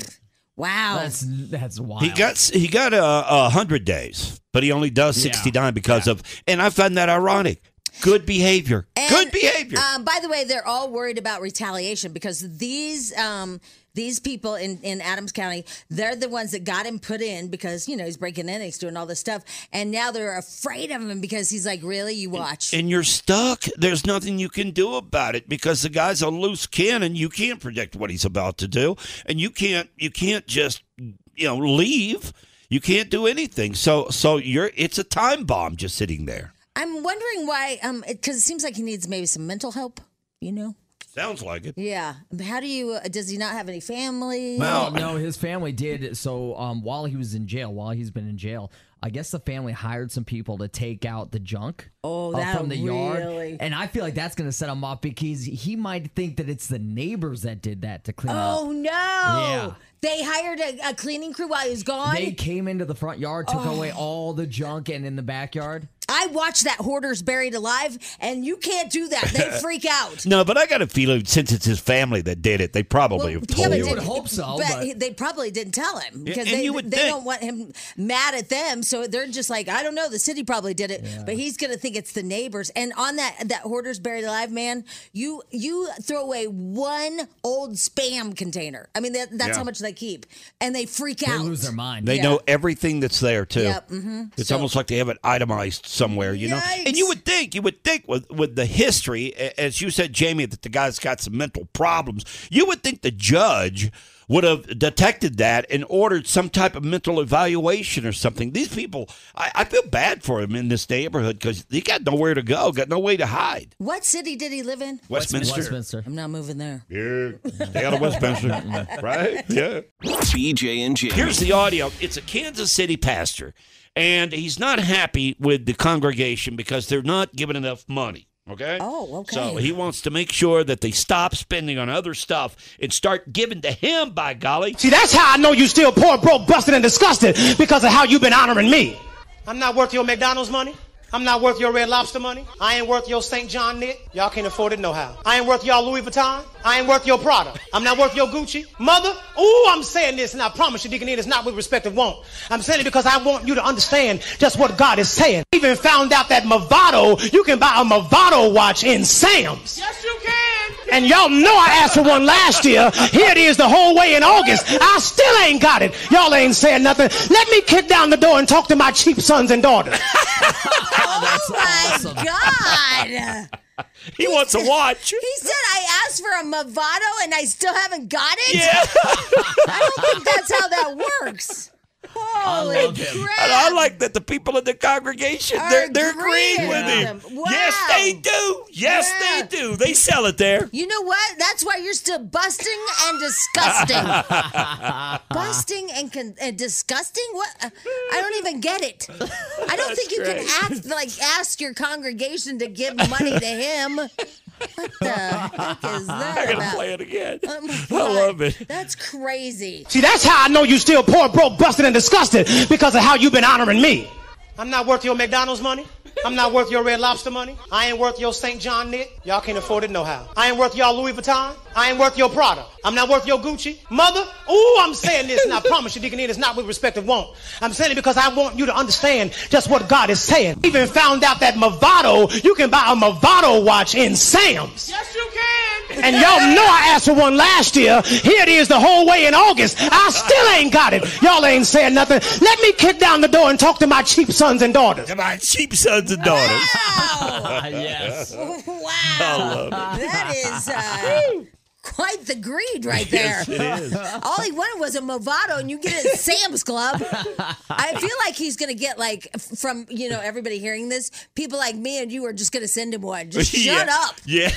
F: Wow.
G: That's that's wild.
D: He got he got a uh, hundred days, but he only does sixty nine because of. And I find that ironic. Good behavior. Good behavior.
F: Um, by the way, they're all worried about retaliation because these um, these people in, in Adams County, they're the ones that got him put in because you know he's breaking in, he's doing all this stuff, and now they're afraid of him because he's like, really, you watch.
D: and you're stuck. There's nothing you can do about it because the guy's a loose cannon. You can't predict what he's about to do, and you can't you can't just you know leave. You can't do anything. So so you're it's a time bomb just sitting there.
F: I'm wondering why, um, because it seems like he needs maybe some mental help. You know,
D: Sounds like it.
F: Yeah. How do you? uh, Does he not have any family?
G: Well, no, his family did. So um, while he was in jail, while he's been in jail, I guess the family hired some people to take out the junk
F: oh,
G: uh,
F: that'll
G: from the yard.
F: really-
G: And I feel like that's going to set him off because he might think that it's the neighbors that did that to clean up.
F: Oh no!
G: Yeah.
F: They hired a, a cleaning crew while he was gone.
G: They came into the front yard, took
F: Oh.
G: away all the junk, and in the backyard.
F: I watched that hoarders buried alive, and you can't do that. They freak out.
D: No, but I got a feeling since it's his family that did it, they probably have told
F: but
D: him.
F: did- but, he- they probably didn't tell him
D: Yeah,
F: because
D: and
F: they,
D: you would
F: they
D: think-
F: don't want him mad at them. So they're just like, I don't know. The city probably did it, but he's gonna think it's the neighbors. And on that that hoarders buried alive man, you you throw away one old spam container. I mean, that, that's
D: Yeah.
F: how much they keep, and they freak out.
D: They
F: Yeah.
D: know everything that's there too.
F: Yep, mhm.
D: It's
F: So-
D: almost like they have it itemized somewhere, you know. And you would think, you would think with with the history, a- as you said, Jamie, that the guy's got some mental problems. You would think the judge would have detected that and ordered some type of mental evaluation or something. These people, I, I feel bad for him in this neighborhood because he got nowhere to go, got no way to hide.
F: What city did he live in?
D: Westminster. Westminster.
F: I'm not moving there.
D: Yeah, stay out of Westminster, right? Yeah.
B: BJ and Jamie.
D: Here's the audio. It's a Kansas City pastor, and he's not happy with the congregation because they're not giving enough money. Okay.
F: Oh, okay.
D: So he wants to make sure that they stop spending on other stuff and start giving to him. By golly.
O: See, that's how I know you still poor, broke, busted, and disgusted because of how you've been honoring me. I'm not worth your McDonald's money. I'm not worth your Red Lobster money. I ain't worth your St. John knit. Y'all can't afford it no how. I ain't worth y'all Louis Vuitton. I ain't worth your Prada. I'm not worth your Gucci. Mother, ooh, I'm saying this and I promise you, Deacon, it is not with respect of want. I'm saying it because I want you to understand just what God is saying. I even found out that Movado, you can buy a Movado watch in Sam's.
P: Yes, you can.
O: And y'all know I asked for one last year. Here it is the whole way in August. I still ain't got it. Y'all ain't saying nothing. Let me kick down the door and talk to my cheap sons and daughters.
F: Oh my God.
D: He wants a watch.
F: He said I asked for a Movado and I still haven't got it.
D: Yeah.
F: I don't think that's how that works. Holy crap!
D: And I like that the people in the congregation they're, they're agreeing with
F: agreeing
D: him.
F: with him.
D: Yes,
F: Wow.
D: they do. Yes, they do. They sell it there.
F: You know what? That's why you're still busting and disgusting. busting and, con- and disgusting? What? Uh, I don't even get it. I don't think you
P: great.
F: can act like ask your congregation to give money to him. What the heck is that?
P: I gotta
F: about?
D: play it again.
F: Oh my
O: I love it.
F: That's crazy.
O: See, that's how I know you still poor, broke, busted, and disgusted because of how you've been honoring me. I'm not worth your McDonald's money. I'm not worth your Red Lobster money. I ain't worth your St. John knit. Y'all can't afford it no how. I ain't worth y'all Louis Vuitton. I ain't worth your Prada. I'm not worth your Gucci. Mother, ooh, I'm saying this and I promise you, Deacon, it is not with respect of want. I'm saying it because I want you to understand just what God is saying. I even found out that Movado, you can buy a Movado watch in Sam's.
P: Yes, you can.
O: And y'all know I asked for one last year. Here it is the whole way in August. I still ain't got it. Y'all ain't saying nothing. Let me kick down the door and talk to my cheap sons and daughters.
D: My cheap sons and daughters.
P: yes.
F: Wow. That is uh, quite the greed right there.
P: Yes, it is.
F: All he wanted was a Movado, and you get it at Sam's Club. I feel like he's going to get, like, f- from, you know, everybody hearing this, people like me and you are just going to send him one. Just shut
D: yeah.
F: up.
D: Yeah.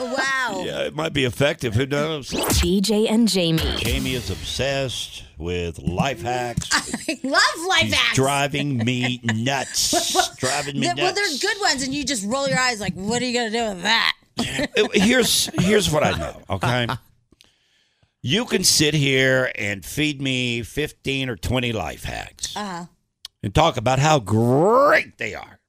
F: Wow.
D: Yeah, it might be effective. Who knows?
I: BJ and Jamie.
D: Jamie is obsessed with life hacks.
F: I love life
D: He's
F: hacks.
D: driving me nuts. driving me
F: Th- well,
D: nuts.
F: they're good ones, and you just roll your eyes like, what are you going to do with that?
D: Uh, here's here's what I know. Okay, you can sit here and feed me fifteen or twenty life hacks
F: Uh-huh.
D: and talk about how great they are.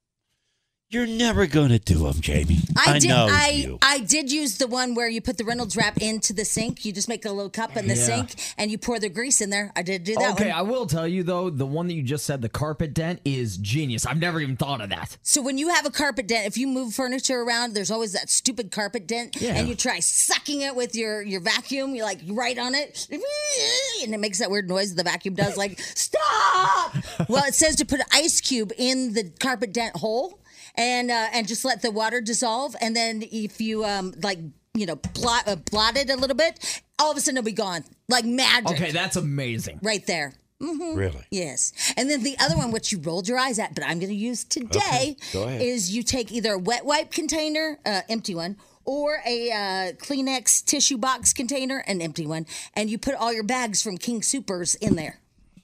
D: You're never going to do them, Jamie. I,
F: did.
D: know
F: I
D: you.
F: I did use the one where you put the Reynolds wrap into the sink. You just make a little cup in the
G: Yeah.
F: sink and you pour the grease in there. I did do that
G: okay,
F: one.
G: I will tell you though, the one that you just said, the carpet dent, is genius. I've never even thought of that.
F: So when you have a carpet dent, if you move furniture around, there's always that stupid carpet dent,
G: Yeah.
F: and you try sucking it with your your vacuum. You like right on it, and it makes that weird noise that the vacuum does, like stop. well, it says to put an ice cube in the carpet dent hole, and uh, and just let the water dissolve, and then if you um like you know blot uh, blot it a little bit, all of a sudden it'll be gone, like magic.
G: Okay, that's amazing.
F: Right there. hmm
G: Really?
F: Yes. And then the other one, which you rolled your eyes at, but I'm going to use today,
G: Okay, go ahead.
F: is you take either a wet wipe container, uh, empty one, or a uh, Kleenex tissue box container, an empty one, and you put all your bags from King Supers in there,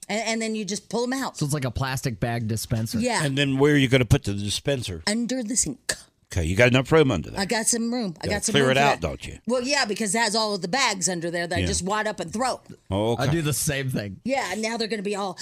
F: and, and then you just pull them out
G: So it's like a plastic bag dispenser.
F: Yeah.
D: And then where are you going to put the dispenser?
F: under the sink.
D: Okay, you got enough room under there.
F: I got some room. I
D: Gotta
F: got some
D: clear
F: room
D: it
F: for
D: out,
F: that.
D: don't you?
F: Well, yeah, because it has all of the bags under there that I
D: Yeah.
F: just wad up and throw.
D: Okay.
G: I do the same thing.
F: Yeah, and now they're going to be all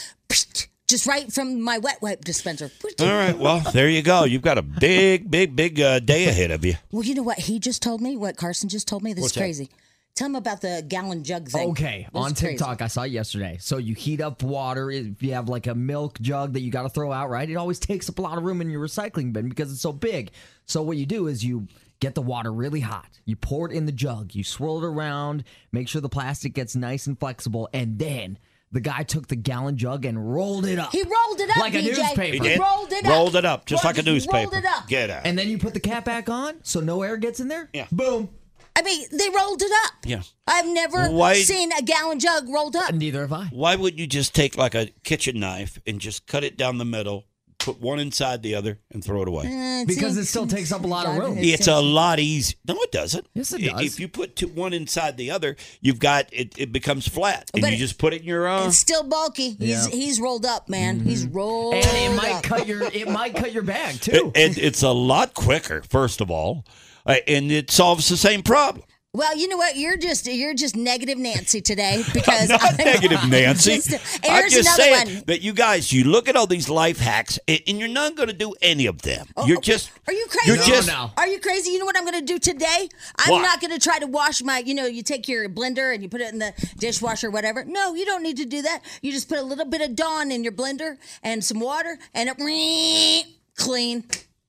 F: just right from my wet wipe dispenser.
D: All right, well, there you go. You've got a big, big, big uh, day ahead of you.
F: Well, you know what he just told me? What Carson just told me? This
D: What's
F: is
D: that?
F: crazy. Tell him about the gallon jug thing.
G: Okay,
F: This
G: on
F: is crazy.
G: TikTok, I saw it yesterday. So you heat up water. If you have like a milk jug that you got to throw out, right? It always takes up a lot of room in your recycling bin because it's so big. So what you do is you get the water really hot. You pour it in the jug. You swirl it around. Make sure the plastic gets nice and flexible, and then. The guy took the gallon jug and rolled it up.
F: He rolled it up,
G: like a
F: DJ.
G: newspaper.
F: He did. Rolled it up.
D: Rolled it up, just
G: Well,
D: like a
G: just
D: newspaper.
G: rolled it up.
D: Get out.
G: And then you put the cap back on, so no air gets in there. Yeah. Boom.
F: I mean, they rolled it up.
D: Yeah.
F: I've never
D: Why-
F: seen a gallon jug rolled up.
G: Neither have I.
D: Why would you just take like a kitchen knife and just cut it down the middle, put one inside the other, and throw it away?
G: Because it still takes up a lot of room.
D: It's a lot easier. No, it doesn't.
G: Yes, it
D: I-
G: does.
D: If you put two, one inside the other, you've got it. It becomes flat, and
F: But
D: you
F: it-
D: just put it in your uh, own.
F: It's still bulky. He's
D: Yeah.
F: he's rolled up, man. He's rolled.
G: Mm-hmm. And it might
F: up.
G: cut your it might cut your bag too.
D: It, it- it's a lot quicker, first of all, uh, and it solves the same problem.
F: Well, you know what? You're just you're just negative Nancy today because
D: Not
F: I'm
D: negative, Nancy.
F: Just,
D: I'm
F: here's
D: just
F: another
D: saying
F: one.
D: that you guys, you look at all these life hacks, and, and you're not going to do any of them.
F: Oh,
D: you're just
F: Are you crazy?
D: You're just
F: Are you crazy? You know what I'm going to do today? I'm
D: What?
F: not going to try to wash my, you know, you take your blender and you put it in the dishwasher, whatever. No, you don't need to do that. You just put a little bit of Dawn in your blender and some water and it clean.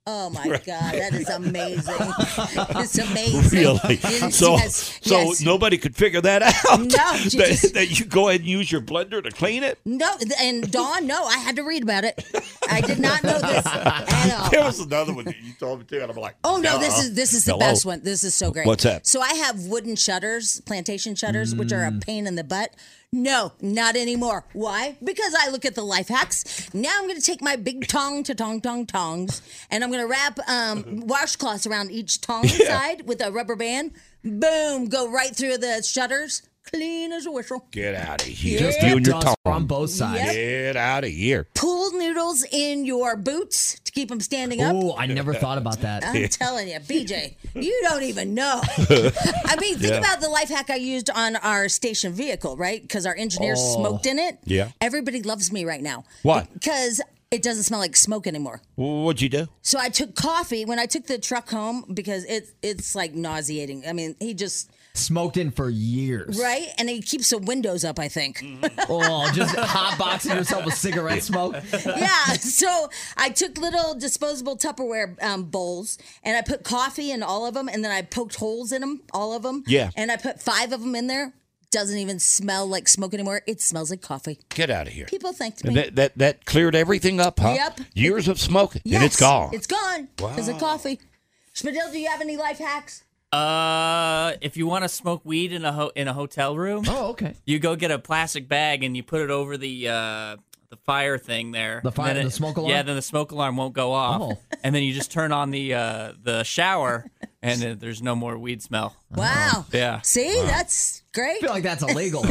F: Oh my
D: Right.
F: God, that is amazing. it's amazing.
D: really.
F: Yes,
D: so,
F: yes,
D: so
F: yes.
D: nobody could figure that out.
F: No,
D: that,
F: you just-
D: that you go ahead and use your blender to clean it.
F: No, and Dawn, no, I had to read about it. I did not know this.
D: There was another one that you told me too, and I'm like,
F: Oh no, this
D: "Duh."
F: is this is the
D: Hello.
F: best one. This is so great.
D: What's that?
F: So I have wooden shutters, plantation shutters, which are a
D: Mm.
F: pain in the butt. No, not anymore. Why? Because I look at the life hacks. Now I'm going to take my big tong to tong tong tongs, and I'm going to wrap um,
D: Mm-hmm.
F: washcloths around each tong side with a rubber band. Boom, go right through the shutters, clean as a whistle.
D: Get out of here.
F: Just
D: you
F: the
D: and your
F: dust
D: tongue.
G: on both sides.
D: Get out of here.
F: Pool noodles in your boots to keep them standing up.
G: Oh, I never thought about that.
F: I'm telling you, BJ, you don't even know. I mean, think
G: Yeah.
F: about the life hack I used on our station vehicle, right? Because our engineer
D: Oh.
F: smoked in it.
D: Yeah.
F: Everybody loves me right now
D: What?
F: because it doesn't smell like smoke anymore.
D: What'd you do?
F: So I took coffee when I took the truck home because it it's like nauseating. I mean, he just
G: Smoked in for years.
F: right, and he keeps the windows up. I think.
G: Oh, just hot boxing yourself with cigarette smoke.
F: yeah. So I took little disposable Tupperware um, bowls and I put coffee in all of them and then I poked holes in them, all of them.
D: Yeah.
F: And I put five of them in there. Doesn't even smell like smoke anymore. It smells like coffee.
D: Get out of here.
F: People thanked me.
D: And that, that that cleared everything up, huh?
F: Yep.
D: Years of smoking, and it's
F: Yes,
D: gone.
F: It's gone. Because
H: Wow.
F: of coffee. Spadil, do you have any life hacks?
H: Uh, if you want to smoke weed in a ho- in a hotel room,
G: oh okay,
H: you go get a plastic bag and you put it over the uh the fire thing there.
G: The
H: And
G: fire-
H: then
G: the smoke alarm?
H: Yeah, then the smoke alarm won't go off,
G: Oh.
H: and then you just turn on the uh the shower, and then there's no more weed smell.
G: Oh.
F: Wow.
H: Yeah.
F: See,
H: Wow.
F: that's great. I feel
G: like that's illegal.
D: By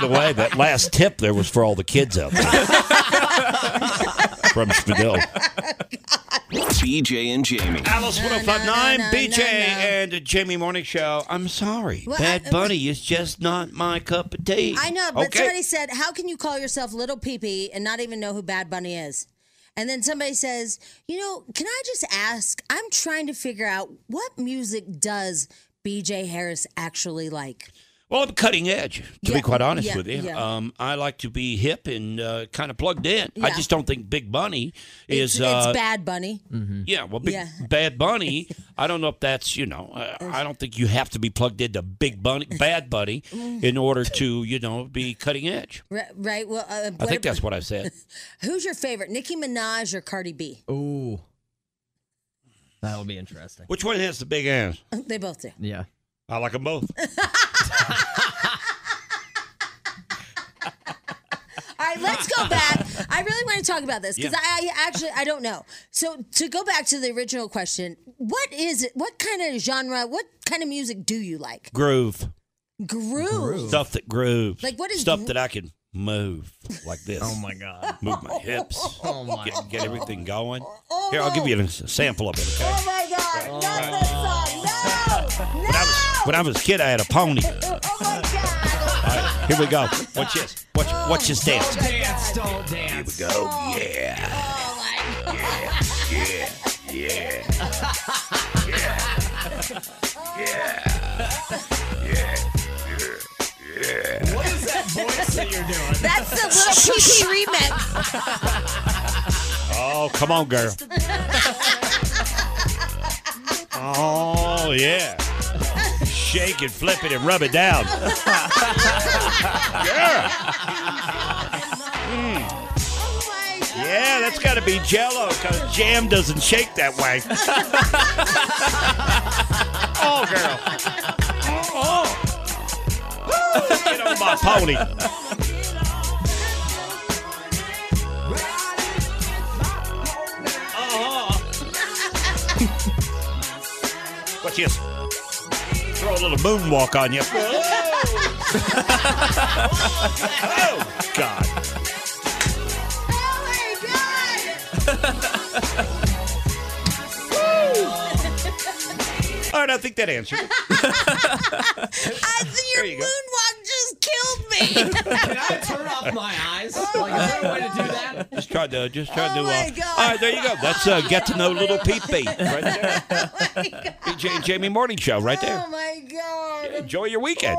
D: the way, that last tip there was for all the kids out there. From Spadil.
B: BJ and Jamie.
D: Alice 1059, BJ and the Jamie Morning Show. I'm sorry.
F: Well,
D: Bad
F: I- uh,
D: Bunny is just not my cup of tea.
F: I know, but
D: Okay?
F: somebody said, "How can you call yourself Little Peepee and not even know who Bad Bunny is?" And then somebody says, "You know, can I just ask? I'm trying to figure out what music does B.J. Harris actually like."
D: Well, I'm cutting edge, to
F: Yeah,
D: be quite honest
F: yeah,
D: with you.
F: yeah.
D: Um, I like to be hip and uh, kind of plugged in. I
F: Yeah.
D: just don't think Big Bunny is.
F: it's,
D: uh,
F: it's Bad Bunny.
D: Yeah, well, Big
F: Yeah.
D: Bad Bunny. I don't know if that's you know. Uh, I don't think you have to be plugged into Big Bunny, Bad Bunny,
F: Mm.
D: in order to you know be cutting edge.
F: Ri- Right. Well, uh,
D: I
F: what
D: think
F: ab-
D: that's what I said.
F: Who's your favorite, Nicki Minaj or Cardi B?
G: Ooh. That'll be interesting.
D: Which one has the big ass?
F: They both do.
G: Yeah.
D: I like them both.
F: All right, let's let's go back. I really want to talk about this because
P: Yeah.
F: I, I actually I don't know. So to go back to the original question, what is it? What kind of genre? What kind of music do you like?
D: Groove.
F: Groove.
D: Stuff that grooves.
F: Like, what is
D: stuff
F: gro-
D: that I can move like this? oh my god! Move my hips. Oh my get, get everything going. Here, I'll give you a sample of it. Okay?
F: Oh my God! Not this song. No.
D: When I was when I was a kid, I had a pony. Oh my god! here we go. Watch this. Watch watch this dance.
P: Dance, don't dance.
D: Here we go. Yeah. Oh, Yeah. Yeah.
P: What is that voice that you're doing?
F: That's the little
P: Shh.
F: PT remix.
D: Oh, come on, girl. Oh yeah. Shake it, flip it, and rub it down. yeah. Mm. Yeah, that's got to be jello because jam doesn't shake that way. oh, girl. Oh. Woo, Get on my pony. Uh-huh. Watch this. Throw a little moonwalk on you. oh, God. All right, I think that answered it.
F: Your moonwalk just killed me.
E: Can I turn off my eyes?
F: Oh,
E: Like, is there a way to do that?
D: Just try to, just try to.
E: Oh,
D: Uh,
E: my God.
D: All right, there you go. That's uh, get to know little Pete Beat right there. BJ and Jamie Morning Show right there.
F: Oh my god! Oh.
D: Enjoy your weekend.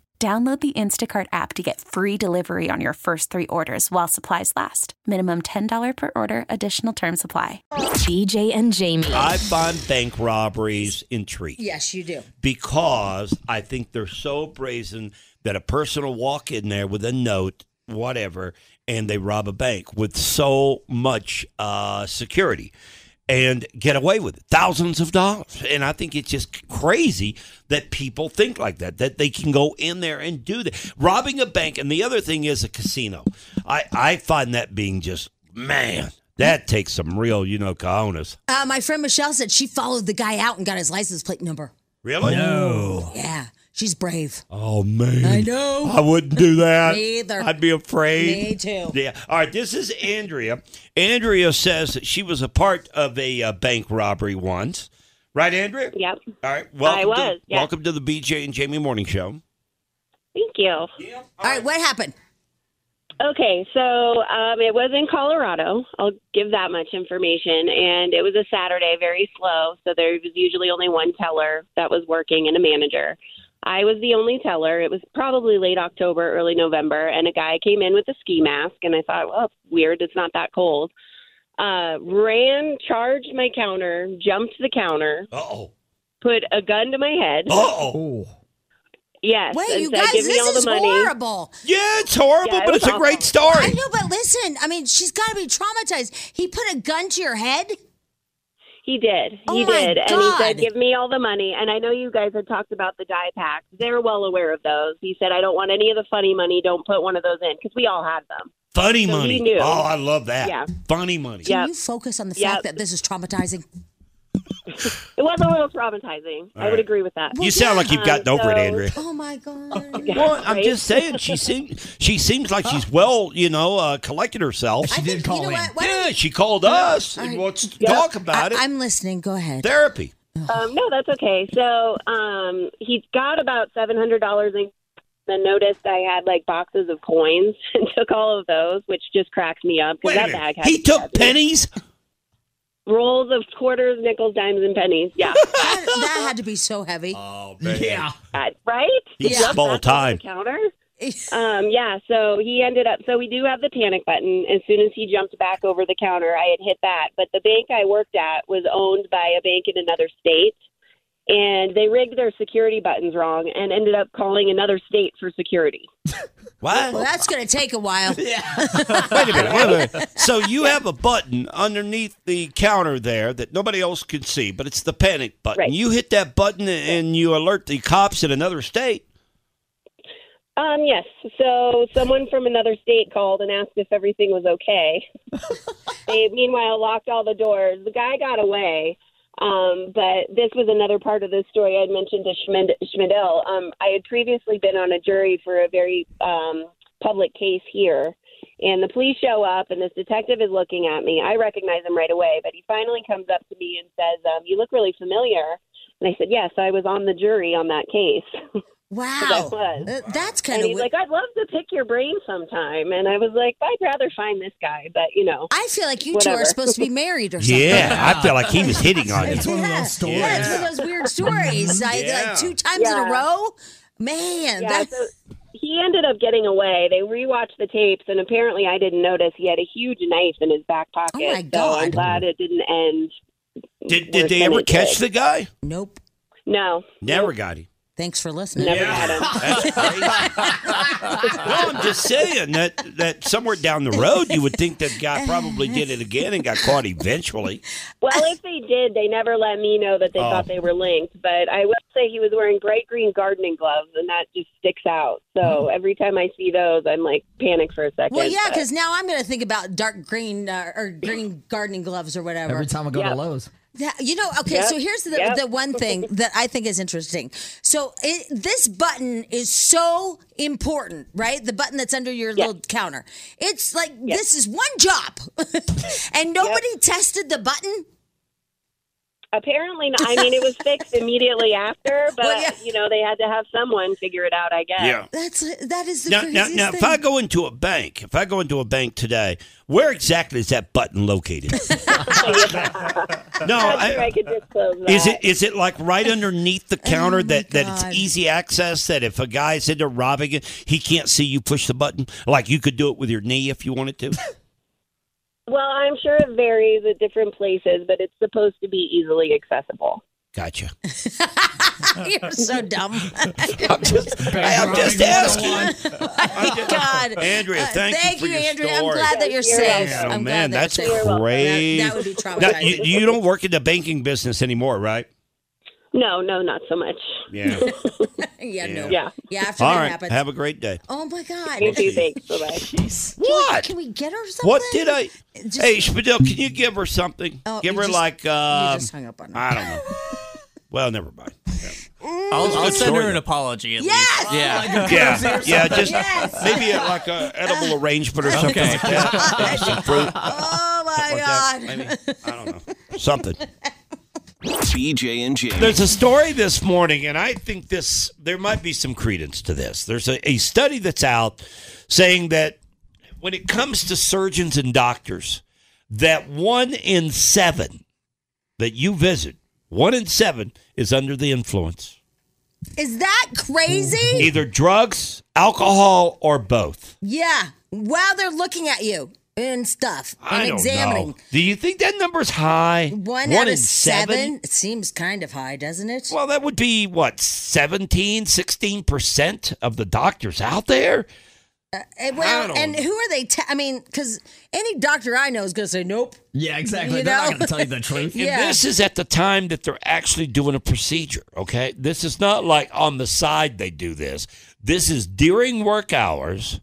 Q: Download the Instacart app to get free delivery on your first three orders while supplies last. Minimum $10 per order, additional term supply.
I: BJ and Jamie.
D: I find bank robberies intriguing
F: Yes, you do.
D: because I think they're so brazen that a person will walk in there with a note, whatever, and they rob a bank with so much uh, security and get away with it thousands of dollars and i think it's just crazy that people think like that that they can go in there and do that robbing a bank and the other thing is a casino i i find that being just man that takes some real you know cojones
F: Uh, my friend Michelle said she followed the guy out and got his license plate number.
D: really no
F: Yeah, she's brave.
D: Oh man,
F: I know.
D: I wouldn't do that.
F: Me either.
D: I'd be afraid.
F: Me too.
D: Yeah. All right. This is Andrea. Andrea says that she was a part of a uh, bank robbery once. Right, Andrea?
R: Yep.
D: All right. Welcome
R: I
D: To,
R: was,
D: the-
R: yeah.
D: Welcome to the BJ and Jamie Morning Show.
R: Thank you.
F: All right, what happened?
R: Okay, so um, it was in Colorado. I'll give that much information. And it was a Saturday, very slow. So there was usually only one teller that was working and a manager. I was the only teller. It was probably late October, early November. And a guy came in with a ski mask. And I thought, well, it's weird. It's not that cold. Uh, ran, charged my counter, jumped the counter.
D: oh.
R: Put a gun to my head.
D: oh.
R: Yes.
F: Wait,
R: and
F: you
R: said,
F: guys,
R: give me all
F: this
R: the
F: is
R: money.
F: horrible.
D: Yeah, it's horrible,
R: Yeah, it but was it's a great awful. story.
F: I know, but listen, I mean, she's got to be traumatized. He put a gun to your head.
R: He did. He
F: Oh my
R: did. And he
F: God.
R: said, Give me all the money. And I know you guys had talked about the die packs. They're well aware of those. He said, I don't want any of the funny money. Don't put one of those in because we all have them.
D: Funny
R: So he
D: money.
R: knew.
D: Oh, I love that.
R: Yeah.
D: Funny money.
F: Can you focus on the fact that this is traumatizing?
R: It was a little traumatizing.
D: All
R: I would
D: right.
R: agree with that. Uh,
D: You sound like you've gotten over it, Andrea.
F: Oh my god.
D: Well, I'm just saying she seems she seems like she's well, you know, uh, collected herself. She did call in. yeah, she called us and wants to talk about it.
F: I'm listening. Go ahead.
D: Therapy.
R: Um, no, that's okay. So um, he got about seven hundred dollars in. Then noticed I had like boxes of coins and took all of those, which just cracks me up
D: Wait
R: because
D: a
R: that
D: minute.
R: bag had
D: He took pennies.
R: rolls of quarters, nickels, dimes, and pennies. Yeah,
F: that, that had to be so heavy.
D: Oh man.
R: right.
D: He's
R: Yep,
D: small
R: that's over
D: time.
R: the Counter. um, yeah, so he ended up. So we do have the panic button. As soon as he jumped back over the counter, I had hit that. But the bank I worked at was owned by a bank in another state, and they rigged their security buttons wrong and ended up calling another state for security.
D: What?
F: Well, that's going to take a while. yeah.
D: Wait a minute. Wait a minute. So you have a button underneath the counter there that nobody else can see, but it's the panic button.
R: Right.
D: You hit that button and you alert the cops in another state.
R: Um, yes. So someone from another state called and asked if everything was okay. they meanwhile locked all the doors. The guy got away. Um, but this was another part of the story I had mentioned to Schmid- Schmidl. Um, I had previously been on a jury for a very um, public case here. And the police show up, and this detective is looking at me. I recognize him right away, but he finally comes up to me and says, um, You look really familiar. And I said, Yes, I was on the jury on that case.
F: Wow. that's kind
R: of
F: of
R: he's
F: wi-
R: like, I'd love to pick your brain sometime, and I was like, I'd rather find this guy, but you know,
F: I feel like you two
R: whatever.
F: are supposed to be married or something.
D: Yeah, I feel like he was hitting on you.
F: It's one of those stories. Yeah, it's one of those weird stories. I,
R: Yeah.
F: Like two times in
R: Yeah.
F: a row. Man,
R: Yeah,
F: that's
R: so he ended up getting away. They rewatched the tapes, and apparently, I didn't notice he had a huge knife in his back pocket.
F: Oh, my
R: So I'm
F: God.
R: glad it didn't end.
D: Did,
R: worse
D: did they
R: than
D: ever
R: it
D: catch the
R: did.
D: guy?
F: Nope.
R: No.
D: Never got him.
F: Thanks for listening.
R: Never got him.
D: Well, I'm just saying that, that somewhere down the road, you would think that guy probably did it again and got caught eventually.
R: Well, if they did, they never let me know that they
D: Oh.
R: thought they were linked. But I will say he was wearing bright green gardening gloves, and that just sticks out. So every time I see those, I'm like panic for a second.
F: Oh. Well, yeah,
R: but-
F: because now I'm going to think about dark green uh, or green gardening gloves or whatever.
G: Every time I go to Lowe's.
F: Yeah, you know, okay,
G: Yep,
F: so here's the,
G: yep.
F: the one thing that I think is interesting. So it, this button is so important, right? The button that's under your little counter. It's like this is one job. and nobody tested the button.
R: Apparently, not. I mean, it was fixed immediately after, but you know, they had to have someone figure it out. I guess.
D: Yeah.
F: That's that is the
D: Now, now,
F: craziest
D: now
F: thing.
D: if I go into a bank, if I go into a bank today, where exactly is that button located? no,
R: I,
D: I,
R: I could disclose that.
D: is it is it like right underneath
F: Oh
D: the counter that, that
R: God.
D: it's easy access? That if a guy's into robbing it, he can't see you push the button. Like you could do it with your knee if you wanted to.
R: Well, I'm sure it varies at different places, but it's supposed to be easily accessible.
D: Gotcha.
F: You're so dumb.
D: I'm just, I'm just asking.
F: God.
D: Andrea, thank,
F: Thank
D: you.
F: you,
D: for your
F: Andrea. I'm
D: story.
F: glad that you're safe.
D: Oh,
F: I'm
D: man,
F: glad
D: that's
F: that you're safe.
D: crazy.
F: That, that would be traumatizing.
D: Now, you, you don't work in the banking business anymore, right?
R: No, no, not so much.
D: Yeah.
F: yeah, no.
R: Yeah.
F: Yeah, after
D: All
F: that
D: right.
F: happens.
D: Have a great day.
F: oh my God.
R: Thank you. Thanks. Bye bye.
D: What?
F: Can we get her something?
D: What did I?
F: Just-
D: hey, Spadil, can you give her something?
F: Oh,
D: give
F: you
D: her
F: just-
D: like. Um,
F: just hung up on Mm.
D: I don't know. well, never mind.
H: I'll, I'll send her an apology
D: apology.
H: at
F: Yes! Oh,
H: least. Yeah.
D: yeah, yeah, just maybe a, like a edible arrangement or something like that. Yeah, some fruit,
F: Oh my God.
D: something.
B: BJ and Jamie.
D: There's a story this morning, and I think this there might be some credence to this. There's a, a study that's out saying that when it comes to surgeons and doctors, that one in seven that you visit, one in seven is under the influence.
F: Is that crazy?
D: Either drugs, alcohol, or both.
F: Yeah. While they're looking at you and stuff and
D: I don't
F: examining.
D: know. Do you think that number's high?
F: One, out of seven? It seems kind of high, doesn't it?
D: Well, that would be what, 17, 16% of the doctors out there?
F: And,
D: I
F: Eh, well,
D: don't-
F: and who are they? Te- I mean, because any doctor I know is going to say nope.
D: Yeah,
F: exactly. You They're not know? gonna tell you the truth.
D: And
F: Yeah.
D: this is at the time that they're actually doing a procedure, okay? This is not like on the side they do this. This is during work hours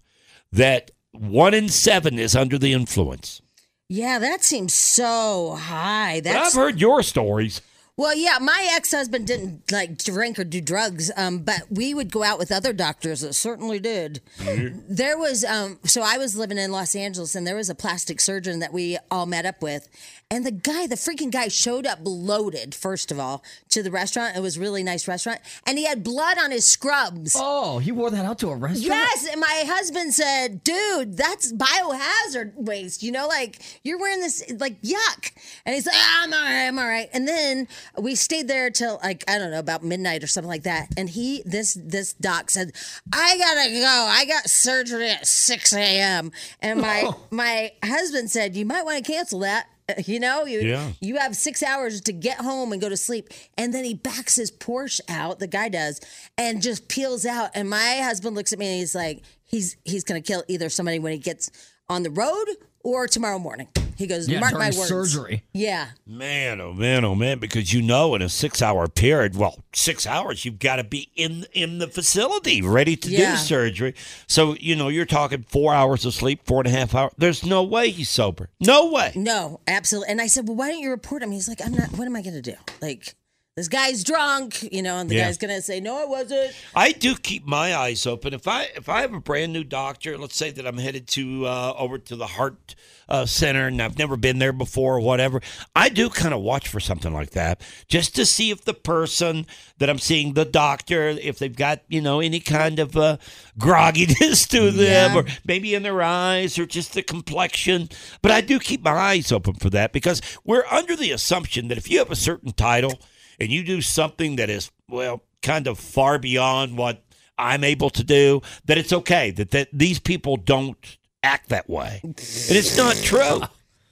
D: that one in seven is under the influence.
F: Yeah, that seems so high.
D: But I've
F: That's
D: heard your stories.
F: well, yeah. My ex-husband didn't like drink or do drugs, um, but we would go out with other doctors that certainly did. There was um so I was living in Los Angeles and there was a plastic surgeon that we all met up with. And the guy, the freaking guy showed up loaded, first of all, to the restaurant. It was a really nice restaurant. And he had blood on his scrubs.
G: Oh, he wore that out to a restaurant?
F: Yes, and my husband said, "Dude, that's biohazard waste. You know, like you're wearing this, like yuck." And he's like, "Ah, "I'm all right, I'm all right." And then we stayed there till like I don't know about midnight or something like that. And he this this doc said, "I gotta go. I got surgery at six a.m." And my my husband said, "You might want to cancel that." You know, you
S: Yeah.
F: you have six hours to get home and go to sleep. And then he backs his Porsche out, the guy does, and just peels out. And my husband looks at me and he's like, he's he's gonna kill either somebody when he gets on the road or tomorrow morning. He goes, mark my words. Yeah.
D: Man, oh man, oh man, because you know in a six hour period, well, six hours, you've got to be in in the facility ready to
F: Yeah.
D: do surgery. So, you know, you're talking four hours of sleep, four and a half hours. There's no way he's sober. No way.
F: No, absolutely. And I said, Well, why don't you report him? He's like, I'm not what am I gonna do? Like, this guy's drunk, you know, and the
D: Yeah.
F: guy's gonna say, No, it wasn't.
D: I do keep my eyes open. If I if I have a brand new doctor, let's say that I'm headed to uh, over to the heart uh, center, and I've never been there before or whatever, I do kind of watch for something like that just to see if the person that I'm seeing, the doctor, if they've got you know any kind of uh, grogginess to them, or maybe in their eyes, or just the complexion. But I do keep my eyes open for that because we're under the assumption that if you have a certain title and you do something that is well kind of far beyond what i'm able to do that it's okay that, that these people don't act that way and it's not true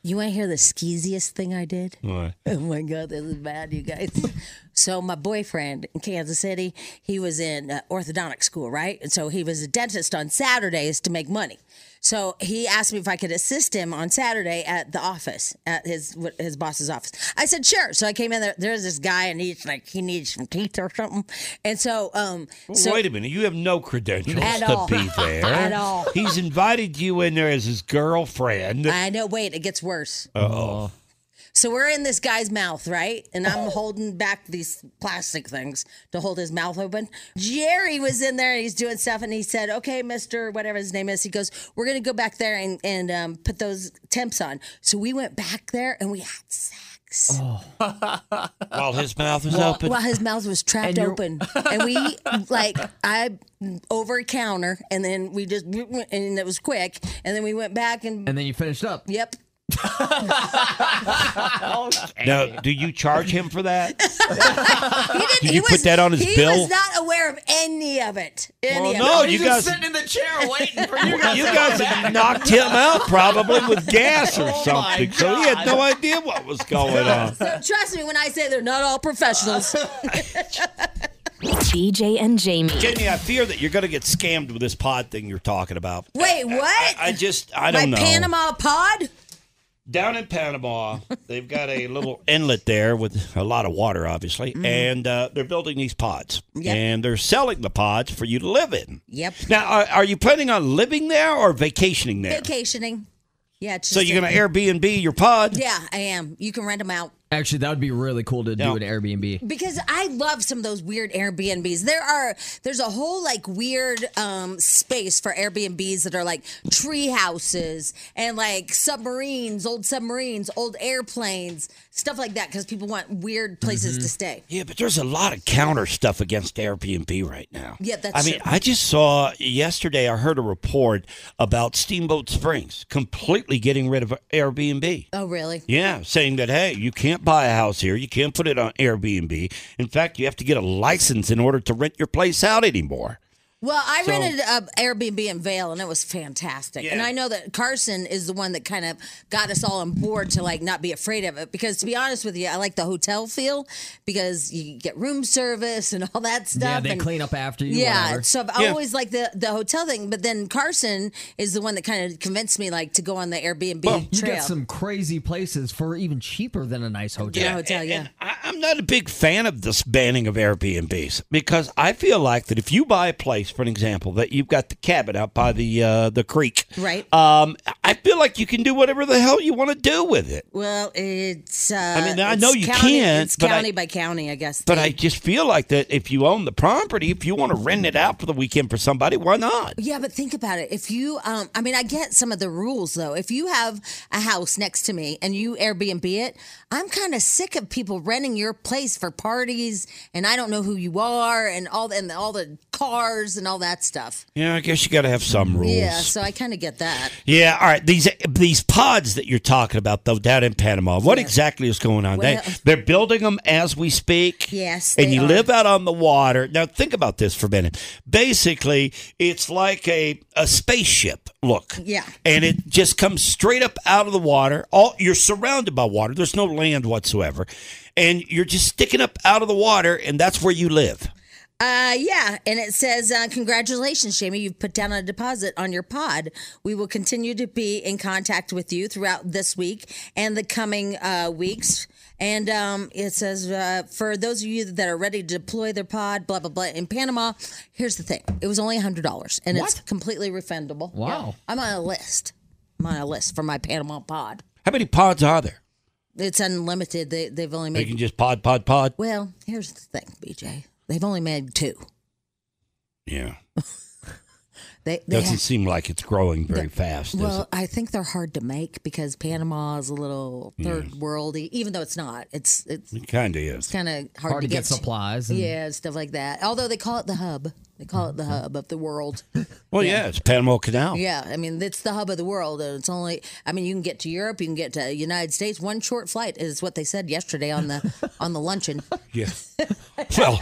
F: You wanna hear the skeeziest thing I did? Oh my God, this is bad, you guys. So, my boyfriend in Kansas City, he was in uh, orthodontic school, right? And so, he was a dentist on Saturdays to make money. So, he asked me if I could assist him on Saturday at the office, at his what- his boss's office. I said, sure. So, I came in there. There's this guy, and he's like, he needs some teeth or something. And so, um,
D: Well,
F: so
D: wait a minute you have no credentials
F: At
D: to
F: all.
D: be there
F: At all.
D: he's invited you in there as his girlfriend
F: I know, wait, it gets worse.
D: oh
F: So we're in this guy's mouth, right? And I'm holding back these plastic things to hold his mouth open. Jerry was in there and he's doing stuff and he said, Okay, Mr. whatever his name is, he goes, We're gonna go back there and, and um, put those temps on. So we went back there and we had sex.
D: while his mouth is
F: Well-
D: open
F: Well, Oh. his mouth was trapped open, and we like I over a counter, and then we just and it was quick, and then we went back and
G: And then you finished up.
F: yep.
D: now do you charge him for that
F: He didn't.
D: Did you put that on his
F: he
D: bill?
F: was not aware of any of it. Any
D: Well,
F: of
D: no,
F: it.
D: you He's just guys-
G: sitting
F: in the chair waiting for
D: you guys have knocked him out probably with gas or something so he had no
F: God.
D: idea what was going on
F: Trust me when I say they're not all professionals.
I: BJ and Jamie.
D: Jamie, I fear that you're going to get scammed with this pod thing you're talking about.
F: Wait, what?
D: I just, I don't
F: My
D: know.
F: Panama pod?
D: Down in Panama, they've got a little inlet there with a lot of water, obviously,
F: Mm-hmm.
D: and uh, they're building these pods,
F: Yep.
D: and they're selling the pods for you to live in.
F: Yep.
D: Now, are, are you planning on living there or vacationing there?
F: Vacationing. Yeah. it's
D: so
F: just
D: you're
F: a-
D: going to Airbnb your pod?
F: Yeah, I am. You can rent them out.
G: Actually, that would be really cool to do an Airbnb.
F: Because I love some of those weird Airbnbs. There are there's a whole like weird um space for Airbnbs that are like tree houses and like submarines, old submarines, old airplanes, stuff like that because people want weird places
G: Mm-hmm.
F: to stay.
D: Yeah, but there's a lot of counter stuff against Airbnb right now.
F: Yeah, that's
D: I mean,
F: true.
D: I just saw yesterday. I heard a report about Steamboat Springs completely getting rid of Airbnb.
F: Oh really?
D: Yeah, saying that hey, you can't buy a house here. You can't put it on Airbnb. In fact, you have to get a license in order to rent your place out anymore.
F: Well, I
D: So-
F: rented an Airbnb in Vale, and it was fantastic. And I know that Carson is the one that kind of got us all on board to like not be afraid of it. Because to be honest with you, I like the hotel feel because you get room service and all that stuff.
G: Yeah, they
F: and-
G: clean up after you.
F: yeah,
G: whatever.
F: so I've always liked the the hotel thing, but then Carson is the one that kind of convinced me like to go on the Airbnb
G: You
F: trail.
G: get some crazy places for even cheaper than a nice hotel.
F: hotel, yeah.
D: I, I'm not a big fan of this banning of Airbnbs because I feel like that if you buy a place, for an example, that you've got the cabin out by the uh, the creek,
F: Right.
D: Um, I feel like you can do whatever the hell you want to do with it.
F: well, it's. Uh,
D: I mean, I
F: it's
D: know you
F: county,
D: can't,
F: It's
D: but I-
F: county by county, I guess.
D: But I just feel like that if you own the property, if you want to rent it out for the weekend for somebody, why not?
F: Yeah, but think about it. If you, um, I mean, I get some of the rules though. If you have a house next to me and you Airbnb it, I'm kind of sick of people renting your place for parties, and I don't know who you are, and all and all the cars and all that stuff.
D: Yeah, I guess you got to have some rules.
F: Yeah, so I kind of get that.
D: Yeah, all right. right, these these pods that you're talking about though down in Panama, what exactly is going on?
F: Well-
D: they they're building them as we speak.
F: Yes,
D: and
F: they
D: you
F: are.
D: live out on the water. Now think about this for a minute. Basically, it's like a a spaceship look.
F: Yeah.
D: And it just comes straight up out of the water. All you're surrounded by water. There's no land whatsoever. And you're just sticking up out of the water and that's where you live.
F: Uh, yeah, and it says, uh, "Congratulations, Jamie! You've put down a deposit on your pod. We will continue to be in contact with you throughout this week and the coming uh, weeks." And um, it says, uh, "For those of you that are ready to deploy their pod, blah blah blah." In Panama, here's the thing: it was only hundred dollars, and it's completely refundable.
D: Wow.
F: I'm on a list. I'm on a list for my Panama pod.
D: How many pods are there?
F: It's unlimited. They they've only
D: They
F: made
D: can just pod pod pod.
F: well. Here's the thing, BJ. They've only made two.
D: Yeah.
F: They, they
D: Doesn't
F: have-
D: seem like it's growing very fast. does
F: Well,
D: it?
F: I think they're hard to make because Panama is a little
D: Yeah.
F: third worldy, even though it's not. It's it's
D: It kind of
F: it's
D: is.
F: kind of hard,
G: Hard to get supplies and-
F: yeah, stuff like that. Although they call it the hub, they call
D: Mm-hmm.
F: it the hub of the world.
D: Well, yeah, it's Panama Canal.
F: Yeah, I mean it's the hub of the world, and it's only. I mean, you can get to Europe, you can get to United States. One short flight is what they said yesterday on the on the luncheon.
D: Yeah. well,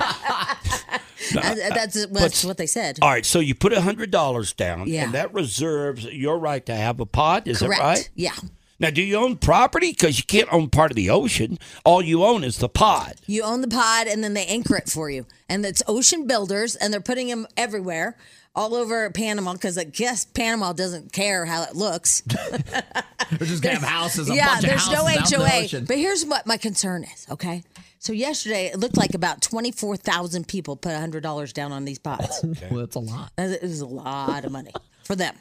D: no,
F: Uh, that's
D: uh,
F: that's
D: but-
F: what they said.
D: all right. So you put a hundred dollars down,
F: Yeah.
D: and that reserves your right to have a pod. Is
F: Correct.
D: that right?
F: Yeah.
D: Now, do you own property? Because you can't own part of the ocean. All you own is the pod.
F: You own the pod, and then they anchor it for you. And it's ocean builders, and they're putting them everywhere, all over Panama, because I guess Panama doesn't care how it looks.
G: They're just gonna have houses. A
F: yeah,
G: bunch of
F: there's no
G: houses out in the
F: HOA.
G: ocean.
F: but here's what my concern is. Okay, so yesterday it looked like about twenty four thousand people put hundred dollars down on these pods.
G: Well, that's a lot.
F: That is- is a lot of money for them.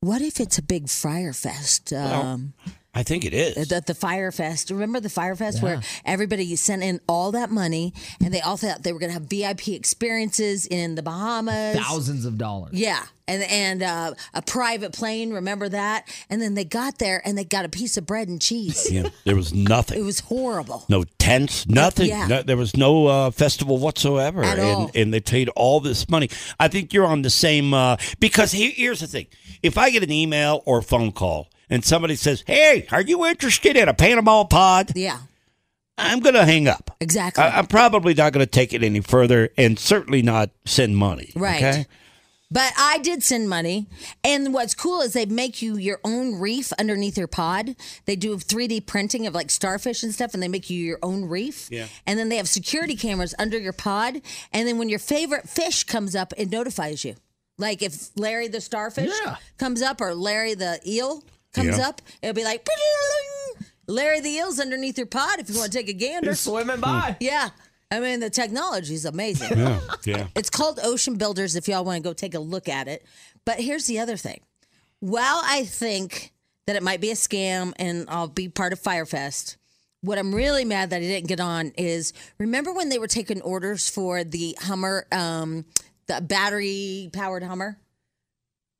F: What if it's a big fryer fest? Um,
D: I think it is.
F: the, the fire fest. Remember the fire fest
D: Yeah.
F: where everybody sent in all that money and they all thought they were going to have VIP experiences in the Bahamas.
G: Thousands of dollars.
F: Yeah, and and uh, a private plane. Remember that? And then they got there and they got a piece of bread and cheese.
D: Yeah, there was nothing.
F: It was horrible.
D: no tents, nothing.
F: Yeah.
D: No- there was no uh, festival whatsoever,
F: At
D: and
F: all.
D: and they paid all this money. I think you're on the same uh, because he, here's the thing: if I get an email or phone call and somebody says, "Hey, are you interested in a Panama pod?"
F: Yeah,
D: I'm gonna hang up.
F: Exactly.
D: I, I'm probably not gonna take it any further, and certainly not send money.
F: Right.
D: Okay?
F: But I did send money. And what's cool is they make you your own reef underneath your pod. They do 3D printing of like starfish and stuff, and they make you your own reef.
S: Yeah.
F: And then they have security cameras under your pod. And then when your favorite fish comes up, it notifies you. Like if Larry the starfish comes up or Larry the eel comes
D: Yeah.
F: up, it'll be like, "Pling!" Larry the eel's underneath your pod if you want to take a gander.
G: He's swimming by.
F: Yeah. I mean, the technology is amazing.
D: Yeah. Yeah.
F: It's called Ocean Builders if y'all want to go take a look at it. But here's the other thing. While I think that it might be a scam and I'll be part of Firefest, what I'm really mad that I didn't get on is remember when they were taking orders for the Hummer, um, the battery powered Hummer?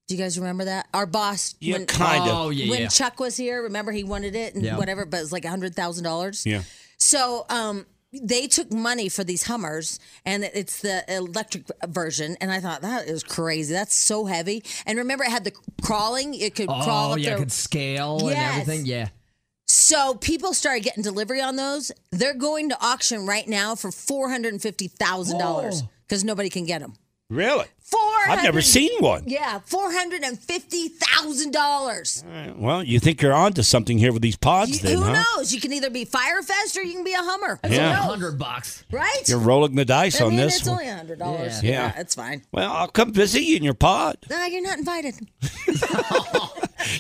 F: Do you guys remember that? Our boss,
D: Yeah, kinda. Oh, yeah,
F: when
D: yeah.
F: Chuck was here, remember he wanted it and
D: Yeah.
F: whatever, but it was like hundred thousand dollars.
D: Yeah.
F: So um, they took money for these Hummers, and it's the electric version. And I thought that is crazy. That's so heavy. And remember, it had the crawling; it could crawl
G: Oh
F: up
G: yeah,
F: there.
G: it could scale
F: Yes.
G: and everything. Yeah.
F: So people started getting delivery on those. They're going to auction right now for four hundred and fifty thousand dollars because nobody can get them.
D: Really?
F: Four.
D: Oh. I've never seen one.
F: Yeah, four hundred and fifty thousand dollars.
D: Well, you think you're onto something here with these pods, then,
F: Who
D: huh?
F: knows? You can either be Firefest or you can be a Hummer.
D: That's Yeah. only
G: hundred bucks,
F: right?
D: You're rolling the dice
F: I
D: on
F: mean,
D: this
F: It's
D: one.
F: only hundred dollars.
D: Yeah.
F: Yeah.
D: Yeah.
F: it's fine.
D: Well, I'll come visit you in your pod.
F: No, you're not invited.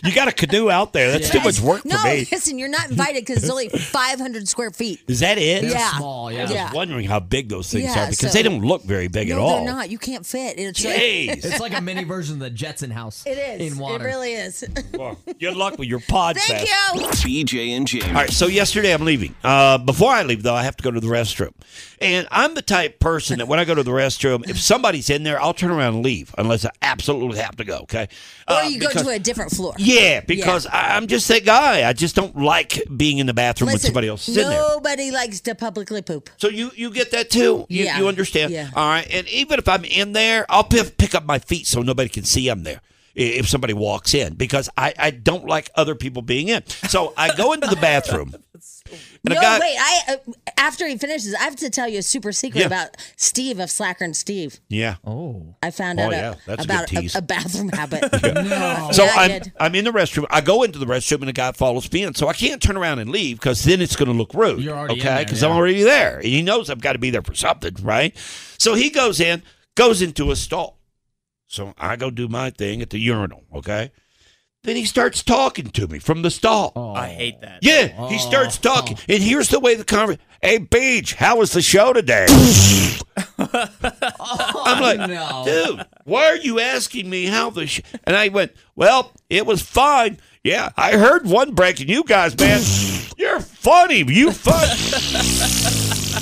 D: You got a canoe out there. That's too much work
F: No,
D: for me.
F: listen, you're not invited because it's only 500 square feet.
D: Is that it?
F: They're Yeah. small, yeah.
D: I was
F: Yeah.
D: wondering how big those things
F: Yeah,
D: are because
F: so-
D: they don't look very big
F: no,
D: at all.
F: they're not. You can't fit. It's
D: Jeez.
G: It's like a mini version of the Jetson house.
F: It is.
G: in water.
F: It really is.
D: Well, good luck with your pod
F: Thank
D: fest.
F: you.
D: BJ and Jamie. All right, so yesterday I'm leaving. Uh, before I leave, though, I have to go to the restroom. And I'm the type person that when I go to the restroom, if somebody's in there, I'll turn around and leave unless I absolutely have to go, okay?
F: Or
D: Uh,
F: you
D: because-
F: go to a different floor.
D: Yeah, because I, I'm just that guy. I just don't like being in the bathroom with
F: Listen,
D: somebody else in there.
F: nobody likes to publicly poop.
D: So you you get that too. You,
F: Yeah.
D: you understand.
F: Yeah.
D: All right. And even if I'm in there, I'll p- pick up my feet so nobody can see I'm there. i- if somebody walks in because I, I don't like other people being in. So I go into the bathroom.
F: No,
D: a guy-
F: wait. I uh, after he finishes, I have to tell you a super secret
D: Yeah.
F: about Steve of Slacker and Steve.
D: Yeah. Oh.
F: I found
D: Oh,
F: out a-
D: yeah, that's a good
F: about
D: tease.
F: a, bathroom habit.
D: No. So
F: Oh. Yeah, I
D: I'm
F: did.
D: I'm in the restroom. I go into the restroom and a guy follows me in. So I can't turn around and leave because then it's going to look rude. You're
S: already in
D: okay
S: there,
D: because
S: yeah.
D: I'm already there. And he knows I've got to be there for something, right? So he goes in, goes into a stall. So I go do my thing at the urinal, okay? Then he starts talking to me from the stall.
S: Oh.
H: I hate that.
D: Yeah, he starts talking, and here's the way the conversation. Hey, Beach, how was the show today?
F: Oh,
D: I'm like, dude, why are you asking me how the? Sh-? And I went, well, it was fine. Yeah, I heard one break, and you guys, man, you're funny. You fun.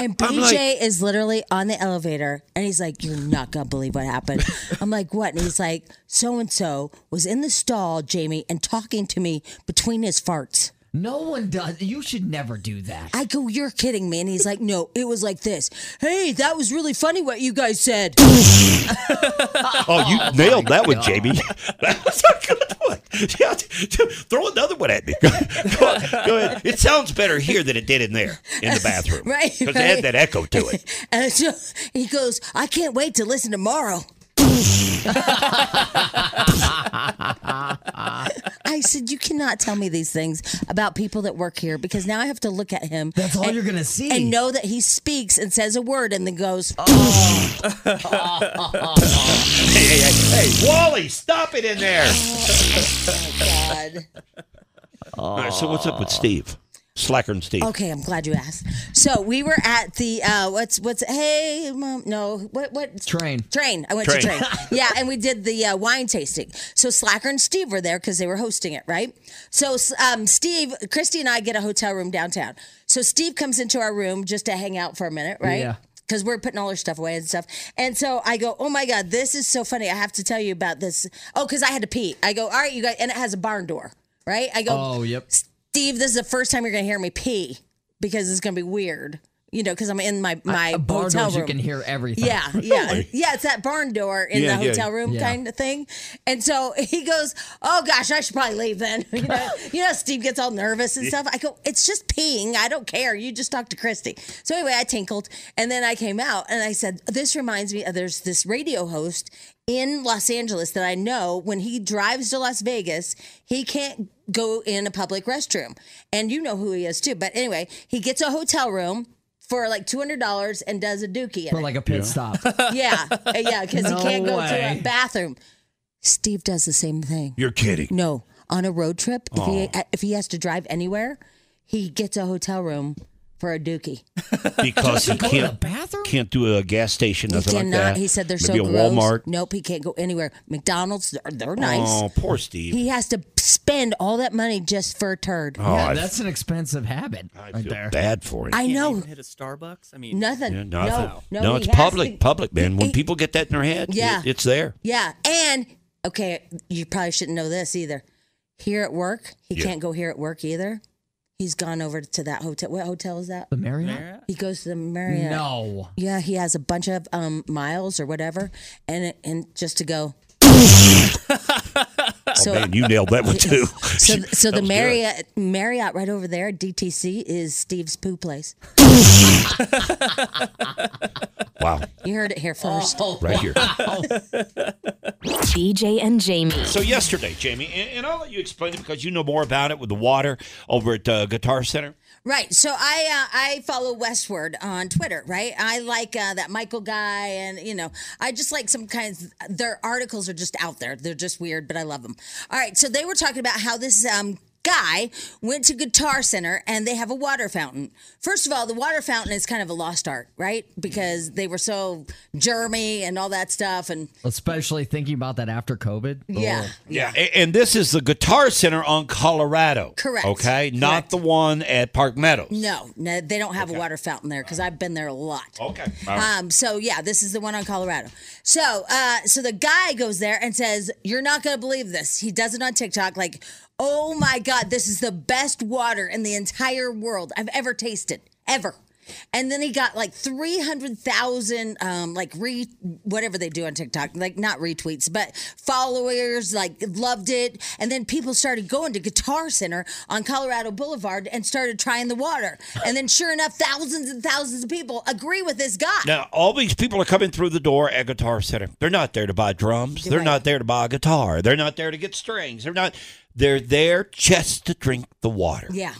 F: And
D: I'm
F: BJ
D: like-
F: is literally on the elevator and he's like, You're not gonna believe what happened. I'm like, What? And he's like, So and so was in the stall, Jamie, and talking to me between his farts.
G: No one does. You should never do that.
F: I go, You're kidding me. And he's like, No, it was like this. Hey, that was really funny what you guys said.
D: oh, you nailed that one, Jamie. that was a good one. Yeah, t- t- throw another one at me. go, on, go ahead. It sounds better here than it did in there in the bathroom,
F: Right,
D: Because it had
F: right.
D: that echo to it.
F: and so he goes, I can't wait to listen tomorrow. I said, You cannot tell me these things about people that work here because now I have to look at him. That's
G: all you're gonna see.
F: And know that he speaks and says a word and then goes,
G: Oh.
F: Oh.
D: hey, hey, hey, hey, Wally, stop it in there.
F: Oh
D: All right, so what's up with Steve? Slacker and Steve.
F: Okay, I'm glad you asked. So we were at the uh, what's what's hey mom no what what
G: Train.
F: train I went
G: Train.
F: to train yeah and we did the uh, wine tasting. So Slacker and Steve were there because they were hosting it right. So um, Steve, Christy and I get a hotel room downtown. So Steve comes into our room just to hang out for a minute right.
G: Yeah.
F: Because we're putting all our stuff away and stuff. And so I go, Oh my God, this is so funny. I have to tell you about this. Oh, because I had to pee. I go, All right, you guys. And it has a barn door, right? I go,
G: Oh, yep.
F: Steve, this is the first time you're gonna hear me pee because it's gonna be weird. You know, because I'm in my my
G: a bar
F: hotel
G: doors,
F: room.
G: Uh, you can hear everything.
F: yeah, yeah, yeah. It's that barn door in
G: Yeah,
F: the
G: yeah,
F: hotel room
G: yeah.
F: kind of thing. And so he goes, "Oh gosh, I should probably leave then." You know, you know, Steve gets all nervous and stuff. I go, "It's just peeing. I don't care. You just talk to Christy." So anyway, I tinkled, and then I came out and I said, "This reminds me of there's this radio host in Los Angeles that I know when he drives to Las Vegas, he can't go in a public restroom. And you know who he is too. But anyway, he gets a hotel room for like $200 and does a dookie in
G: For
F: it.
G: like a pit stop.
F: yeah. uh, Yeah, cuz
G: No
F: he can't go to
G: way.
F: a bathroom. Steve does the same thing.
D: You're kidding.
F: No, on a road trip, if
D: Aw.
F: he if he has to drive anywhere, he gets a hotel room for a dookie.
D: Because he
F: Go to the
D: can't can't do a gas station, nothing like that.
F: He said they're
D: Maybe
F: so
D: a
F: gross.
D: Walmart.
F: Nope, he can't go anywhere. McDonald's, they're, they're nice.
D: Oh, poor Steve.
F: He has to spend all that money just for a turd.
D: Oh, Yeah, I-
G: That's an expensive habit.
D: I feel bad for him.
F: I know.
H: hit a Starbucks. I mean,
F: Nothing.
D: Yeah,
F: no, no,
D: no,
F: he
D: it's
F: has
D: public,
F: to-
D: public, man. When
F: He-
D: people get that in their head,
F: Yeah.
D: it- it's there.
F: Yeah, and okay, you probably shouldn't know this either. Here at work, he
D: Yeah.
F: can't go here at work either. He's gone over to that hotel. What hotel is that?
G: The Marriott? Marriott?
F: He goes to the Marriott.
G: No.
F: Yeah, he has a bunch of um, miles or whatever, and and just to go.
D: oh, man, you nailed that one, too.
F: So, so
D: That
F: the
D: was good.
F: Marriott, Marriott right over there, DTC, is Steve's poo place.
D: Wow.
F: You heard it here first.
I: Oh,
D: Right here.
I: BJ and Jamie.
D: So yesterday, Jamie, and, and I'll let you explain it because you know more about it with the water over at uh, Guitar Center.
F: Right. So I uh, I follow Westward on Twitter. Right. I like uh, that Michael guy, and you know, I just like some kinds. Their articles are just out there. They're just weird, but I love them. All right. So they were talking about how this. Um, Guy went to Guitar Center and they have a water fountain. First of all, the water fountain is kind of a lost art, right? Because they were so germy and all that stuff. And
G: Especially thinking about that after COVID. Oh.
F: Yeah.
D: Yeah, a- and this is the Guitar Center on Colorado.
F: Correct.
D: Okay, not the one at Park Meadows.
F: No, no, they don't have a water fountain there because I've been there a lot.
D: Okay.
F: Um, so yeah, this is the one on Colorado. So uh, so the guy goes there and says, "You're not gonna believe this." He does it on TikTok, like, "Oh my god, this is the best water in the entire world I've ever tasted, ever." and then he got like three hundred thousand, um, like re whatever they do on TikTok, like not retweets, but followers, like loved it. And then people started going to Guitar Center on Colorado Boulevard and started trying the water. And then, sure enough, thousands and thousands of people agree with this guy.
D: Now, all these people are coming through the door at Guitar Center. They're not there to buy drums. They're not there to buy a guitar. They're not there to get strings. They're not. They're there just to drink the water.
F: Yeah,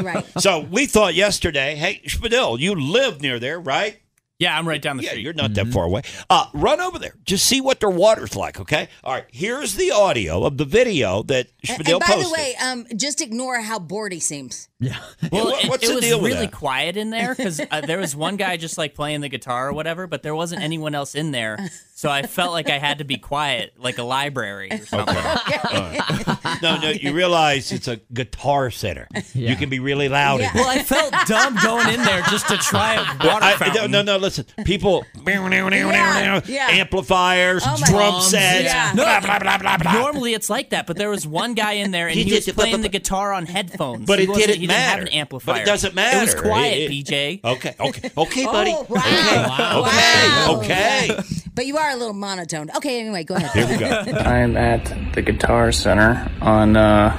F: right.
D: so we thought yesterday, hey, Spadil, you live near there, right?
H: Yeah, I'm right down the
D: street. Yeah, you're not that far away. Uh, run over there. Just see what their water's like, okay? All right, here's the audio of the video that
F: And,
D: Spadil
F: and by
D: posted.
F: the way, um, just ignore how bored he seems.
H: Well,
D: What-
H: it,
D: what's
H: it
D: the
H: was
D: deal with
H: really
D: that?
H: quiet in there because uh, there was one guy just like playing the guitar or whatever, but there wasn't anyone else in there, so I felt like I had to be quiet, like a library or something.
D: no, no, you realize it's a guitar center. You can be really loud. in there.
H: Well, I felt dumb going in there just to try a water
D: I-
H: fountain.
D: no, no, no, listen. People,
H: yeah.
D: amplifiers,
H: Oh my-
D: drum
H: Drums,
D: sets,
H: yeah.
D: blah, blah, blah, blah, blah.
H: Normally it's like that, but there was one guy in there and
D: He
H: he,
D: did
H: was
D: it, but-
H: playing
D: but-
H: the guitar on headphones.
D: But
H: He
D: it
H: wasn't-
D: didn't
H: he
D: matter.
H: Didn't have an amplifier.
D: But it doesn't matter.
H: It was quiet,
D: It- it-
H: BJ.
D: Okay, okay, okay, buddy.
F: Oh,
D: Okay, okay.
F: But you are a little monotone. Okay, anyway, go ahead.
S: I'm at the Guitar Center on uh,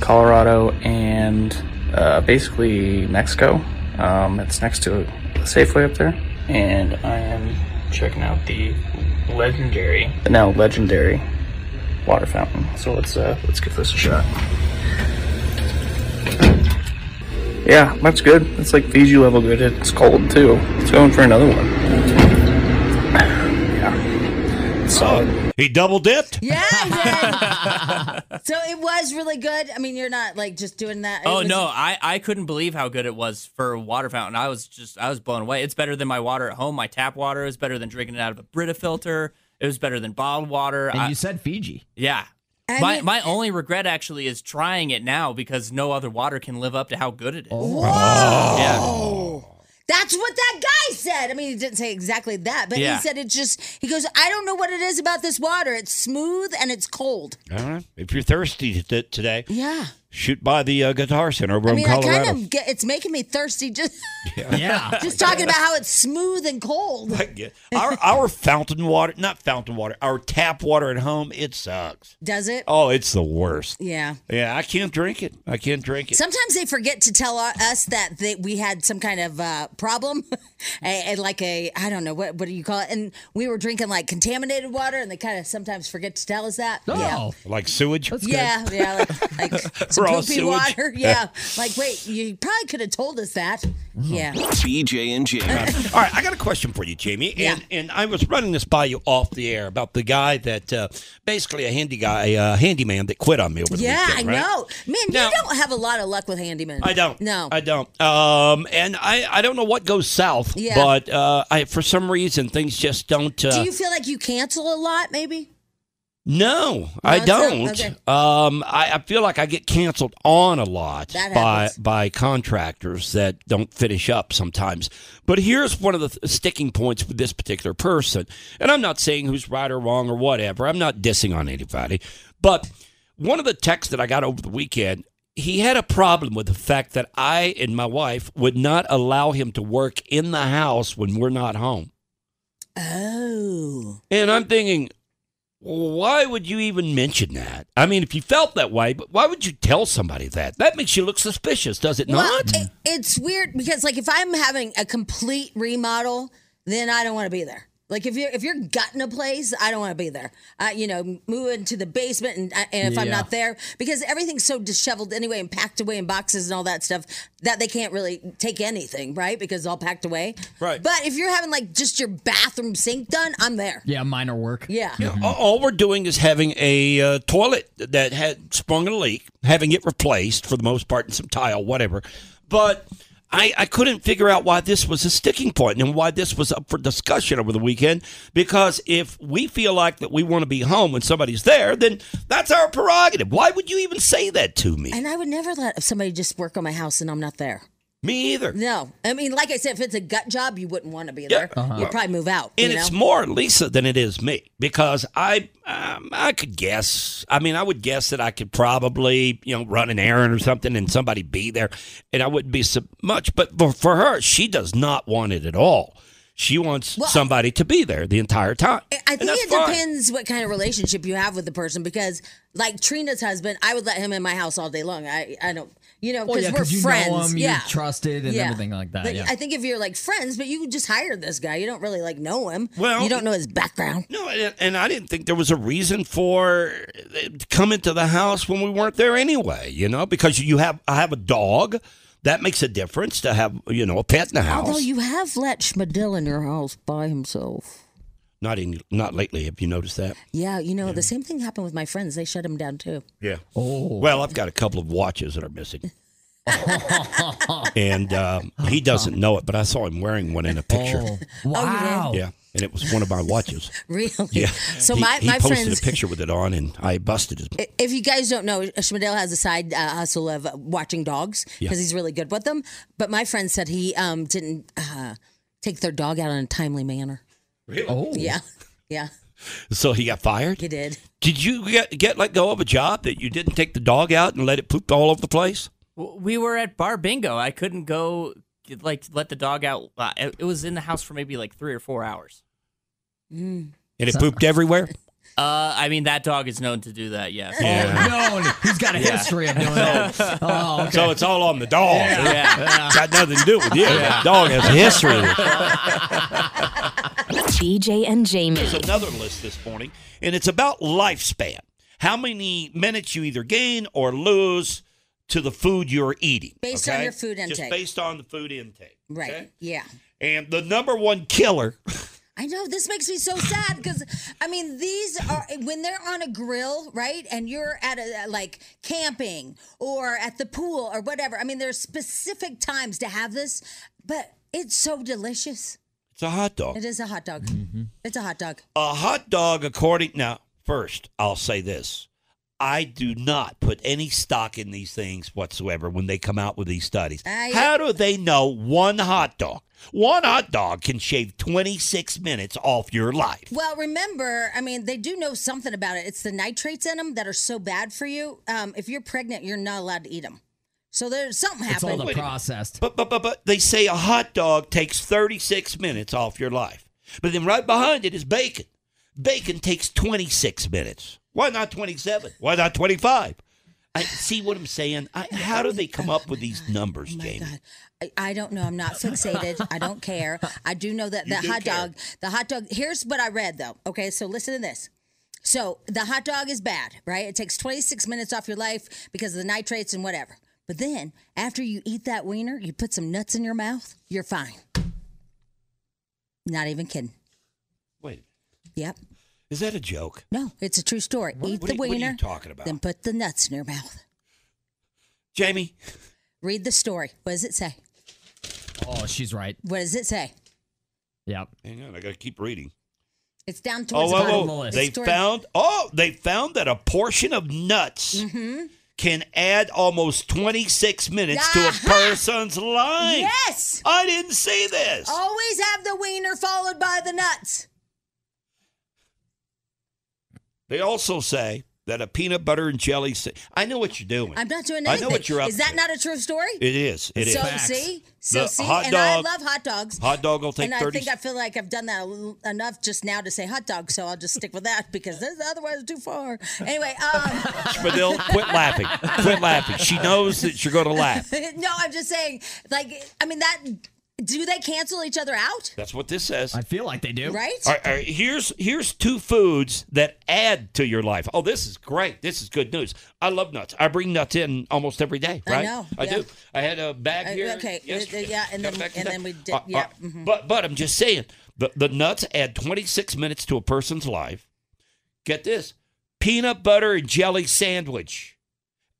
S: Colorado and uh, basically Mexico. Um, it's next to Safeway up there. And I am checking out the legendary, the now legendary water fountain. So let's uh, let's give this a shot. Yeah, that's good. That's like Fiji level good. It's cold too. Let's go in for another one. Yeah, solid.
D: He double dipped.
F: Yeah, I did. so it was really good. I mean, you're not like just doing that. It
H: Oh
F: was-
H: no, I, I couldn't believe how good it was for a water fountain. I was just I was blown away. It's better than my water at home. My tap water is better than drinking it out of a Brita filter. It was better than bottled water.
G: And
H: I-
G: you said Fiji.
H: yeah.
F: I
H: my
F: mean-
H: my only regret actually is trying it now because no other water can live up to how good it is.
F: That's what that guy said. I mean, he didn't say exactly that, but
H: Yeah.
F: he said it just. He goes, I don't know what it is about this water. It's smooth and it's cold.
D: All right. If you're thirsty t- today,
F: Yeah.
D: shoot by the uh, guitar center over
F: I mean,
D: in Colorado.
F: I kind of get. It's making me thirsty just.
D: Yeah.
F: just talking about how it's smooth and cold.
D: Yeah. Our our fountain water, not fountain water, our tap water at home, it sucks.
F: Does it?
D: Oh, it's the worst.
F: Yeah.
D: Yeah, I can't drink it. I can't drink it.
F: Sometimes they forget to tell u- us that they, we had some kind of uh, problem, and, and like a I don't know what what do you call it? And we were drinking like contaminated water, and they kind of sometimes forget to tell us that.
D: Oh,
F: Yeah.
D: Like sewage.
F: Oh. yeah, yeah, like, like some
B: Raw
F: poopy
B: sewage.
F: water. Yeah, like wait, you probably could have told us that.
D: Mm-hmm.
F: Yeah,
B: BJ and Jamie.
D: All right, I got a question for you, Jamie. And and I was running this by you off the air about the guy that uh, basically a handy guy, uh, handyman that quit on me over the
F: yeah,
D: weekend.
F: I
D: right?
F: know, man. you don't have a lot of luck with handymen.
D: I don't.
F: No,
D: I don't. Um, and I, I don't know what goes south,
F: Yeah.
D: but uh, I for some reason things just don't. Uh,
F: do you feel like you cancel a lot? Maybe.
D: no, I
F: it's not-
D: don't.
F: okay.
D: Um, I, I feel like I get canceled on a lot
F: That
D: by
F: happens.
D: by contractors that don't finish up sometimes. But here's one of the th- sticking points with this particular person, and I'm not saying who's right or wrong or whatever. I'm not dissing on anybody, but one of the texts that I got over the weekend. He had a problem with the fact that I and my wife would not allow him to work in the house when we're not home.
F: Oh.
D: And I'm thinking, why would you even mention that? I mean, if you felt that way, but why would you tell somebody that? That makes you look suspicious, does it
F: Well,
D: not?
F: it- it's weird because like if I'm having a complete remodel, then I don't want to be there. Like if you're if you're gutting a place, I don't want to be there. Uh, you know, moving to the basement, and, I- and if I'm
T: Yeah.
F: not there, because everything's so disheveled anyway, and packed away in boxes and all that stuff, that they can't really take anything, right? Because it's all packed away. Right. But if you're having like just your bathroom sink done, I'm there.
G: Yeah, minor work.
F: Yeah.
D: All- Uh, All we're doing is having a uh, toilet that had sprung a leak, having it replaced for the most part, and some tile, whatever. But I, I couldn't figure out why this was a sticking point and why this was up for discussion over the weekend. Because if we feel like that we want to be home when somebody's there, then that's our prerogative. Why would you even say that to me?
F: And I would never let somebody just work on my house and I'm not there.
D: Me either.
F: No, I mean, like I said, if it's a gut job, you wouldn't want to be
D: Yeah.
F: there.
D: Uh-huh.
F: You'd probably move out.
D: And
F: you
D: it's
F: know?
D: more Lisa than it is me because I um, I could guess. I mean, I would guess that I could probably you know run an errand or something and somebody be there, and I wouldn't be so much. But for, for her, she does not want it at all. She wants somebody to be there the entire time.
F: I think
D: that's
F: it
D: fine.
F: depends what kind of relationship you have with the person because, like Trina's husband, I would let him in my house all day long. I, I don't, you know,
G: Well,
F: because
G: Oh, yeah,
F: we're
G: 'cause you know
F: friends.
G: him, you
F: yeah,
G: trusted and everything like that,
F: But
G: yeah.
F: I think if you're like friends, but you just hired this guy, you don't really like know him.
D: Well-
F: you don't know his background.
D: No, and, and I didn't think there was a reason for it to come into the house when we weren't there anyway. You know, because you have I have a dog. That makes a difference to have you know a pet in the house.
F: Although you have let Schmadill in your house by himself.
D: Not in, not lately. Have you noticed that?
F: Yeah, you know, the same thing happened with my friends. They shut him down too.
D: Yeah. Oh. Well, I've got a couple of watches that are missing, and um, he doesn't know it, but I saw him wearing one in a picture.
F: Oh, wow.
D: Yeah, and it was one of my watches.
F: Really?
D: Yeah.
F: So
D: he,
F: my,
D: he
F: my
D: posted
F: friends
D: a picture with it on, and I busted his.
F: I- If you guys don't know, Schmidl has a side uh, hustle of watching dogs because
D: Yeah.
F: he's really good with them. But my friend said he um, didn't uh, take their dog out in a timely manner.
D: Really? Oh.
F: Yeah, yeah,
D: So he got fired.
F: he did.
D: Did you get, get let go of a job that you didn't take the dog out and let it poop all over the place?
H: W- We were at Bar Bingo. I couldn't go, like, let the dog out. Uh, It it was in the house for maybe like three or four hours.
D: And it pooped everywhere?
H: Uh, I mean, that dog is known to do that. Yes.
D: Yeah.
G: No, and he's got a
H: Yeah.
G: history of doing that. Oh, okay.
D: So it's all on the dog.
G: Yeah.
D: It's got nothing to do with you.
I: Yeah.
D: The dog has a history with it.
I: BJ and Jamie.
D: There's another list this morning, and it's about lifespan. How many minutes you either gain or lose to the food you're eating.
F: Based on
D: okay?
F: your food
D: Just
F: intake.
D: based on the food intake.
F: Right. Yeah.
D: And the number one killer
F: I know this makes me so sad because I mean these are when they're on a grill, right? And you're at a like camping or at the pool or whatever. I mean, there's specific times to have this, but it's so delicious.
D: it's a hot dog.
F: It is a hot dog.
D: Mm-hmm.
F: It's a hot dog.
D: A hot dog, according now, first I'll say this: I do not put any stock in these things whatsoever when they come out with these studies.
P: I-
D: How do they know one hot dog? One hot dog can shave twenty six minutes off your life.
F: Well, remember, I mean, they do know something about it. It's the nitrates in them that are so bad for you. Um, if you're pregnant, you're not allowed to eat them. So there's something
D: It's all
F: happened.
D: the Wait a minute.
G: processed.
D: But but but but they say a hot dog takes thirty six minutes off your life. But then right behind it is bacon. Bacon takes twenty six minutes. Why not twenty seven? Why not twenty five? I see what I'm saying. I, how do they come up with these numbers, Jamie?
F: I, I don't know. I'm not fixated. I don't care. I do know that
D: You
F: the
D: do
F: hot
D: care.
F: dog, the hot dog, here's what I read though. Okay, so listen to this. So the hot dog is bad, right? It takes 26 minutes off your life because of the nitrates and whatever. But then after you eat that wiener, you put some nuts in your mouth, you're fine. Not even kidding.
D: Wait,
F: Yep.
D: is that a joke?
F: No, it's a true story. Eat
D: what
F: the
D: are- what are you
F: wiener.
D: talking about?
F: Then put the nuts in your mouth.
D: Jamie,
F: Read the story. What does it say?
G: Oh, she's right.
F: What does it say?
G: Yep.
D: hang on, I gotta keep reading.
F: It's down
D: Oh,
F: towards the
D: whoa,
F: bottom.
D: whoa.
F: It's
D: they
F: toward-
D: found oh they found that a portion of nuts
F: Mm-hmm.
D: can add almost twenty six minutes to a person's life.
F: Yes.
D: I didn't see this.
F: Always have the wiener followed by the nuts.
D: They also say that a peanut butter and jelly. Sa- I know what you're doing.
F: I'm not doing
D: I
F: anything.
D: know what you're up
F: Is that not a true story?
D: It is. It is.
F: so see, so
D: The
F: see,
D: hot
F: and I
D: dog-
F: love hot dogs.
D: Hot dog will take
F: and I
D: 30
F: think I feel like I've done that a little- enough just now to say hot dog, so I'll just stick with that because this, otherwise it's too far. Anyway, um,
D: Spadil, quit laughing. Quit laughing. She knows that you're going to laugh.
F: no, I'm just saying, like, I mean, that do they cancel each other out?
D: That's what this says. I
G: feel like they do.
F: Right?
D: All right, all right, here's here's two foods that add to your life. Oh, this is great. This is good news. I love nuts. I bring nuts in almost every day.
F: I
D: Right?
F: know,
D: I
F: yeah.
D: do. I had a bag
F: Uh,
D: here.
F: okay, uh,
D: yesterday.
F: yeah, and
D: Got
F: then-
D: back to
F: and
D: that.
F: then we did-
D: Uh, uh,
F: yeah, mhm.
D: But but I'm just saying the the nuts add 26 minutes to a person's life. Get this, peanut butter and jelly sandwich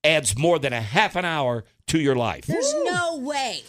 D: adds more than a half an hour to your life.
F: There's no way.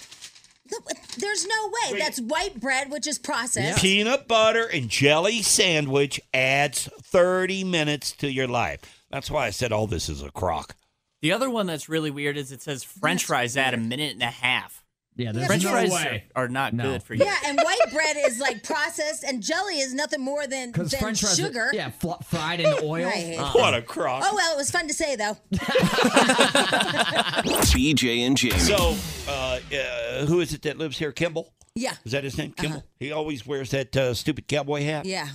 F: There's no way. That's white bread, which is processed.
D: Peanut butter and jelly sandwich adds 30 minutes to your life. That's why I said all this is a crock.
H: The other one that's really weird is it says French fries at a minute and a half. Yeah,
F: there's
H: French
F: no
H: fries
F: way.
H: Are, are not good for you.
F: Yeah, and white bread is like processed, and jelly is nothing more than, than
G: Because French fries, are-
F: sugar.
G: yeah, fl- fried in oil. Uh-uh.
F: Right.
D: What a crock.
F: Oh well, it was fun to say though.
B: BJ and Jamie.
D: So, uh, uh, who is it that lives here? Kimball?
F: Yeah.
D: Is that his name? Kimball? He always wears that uh, stupid cowboy hat.
F: Uh-huh. Yeah.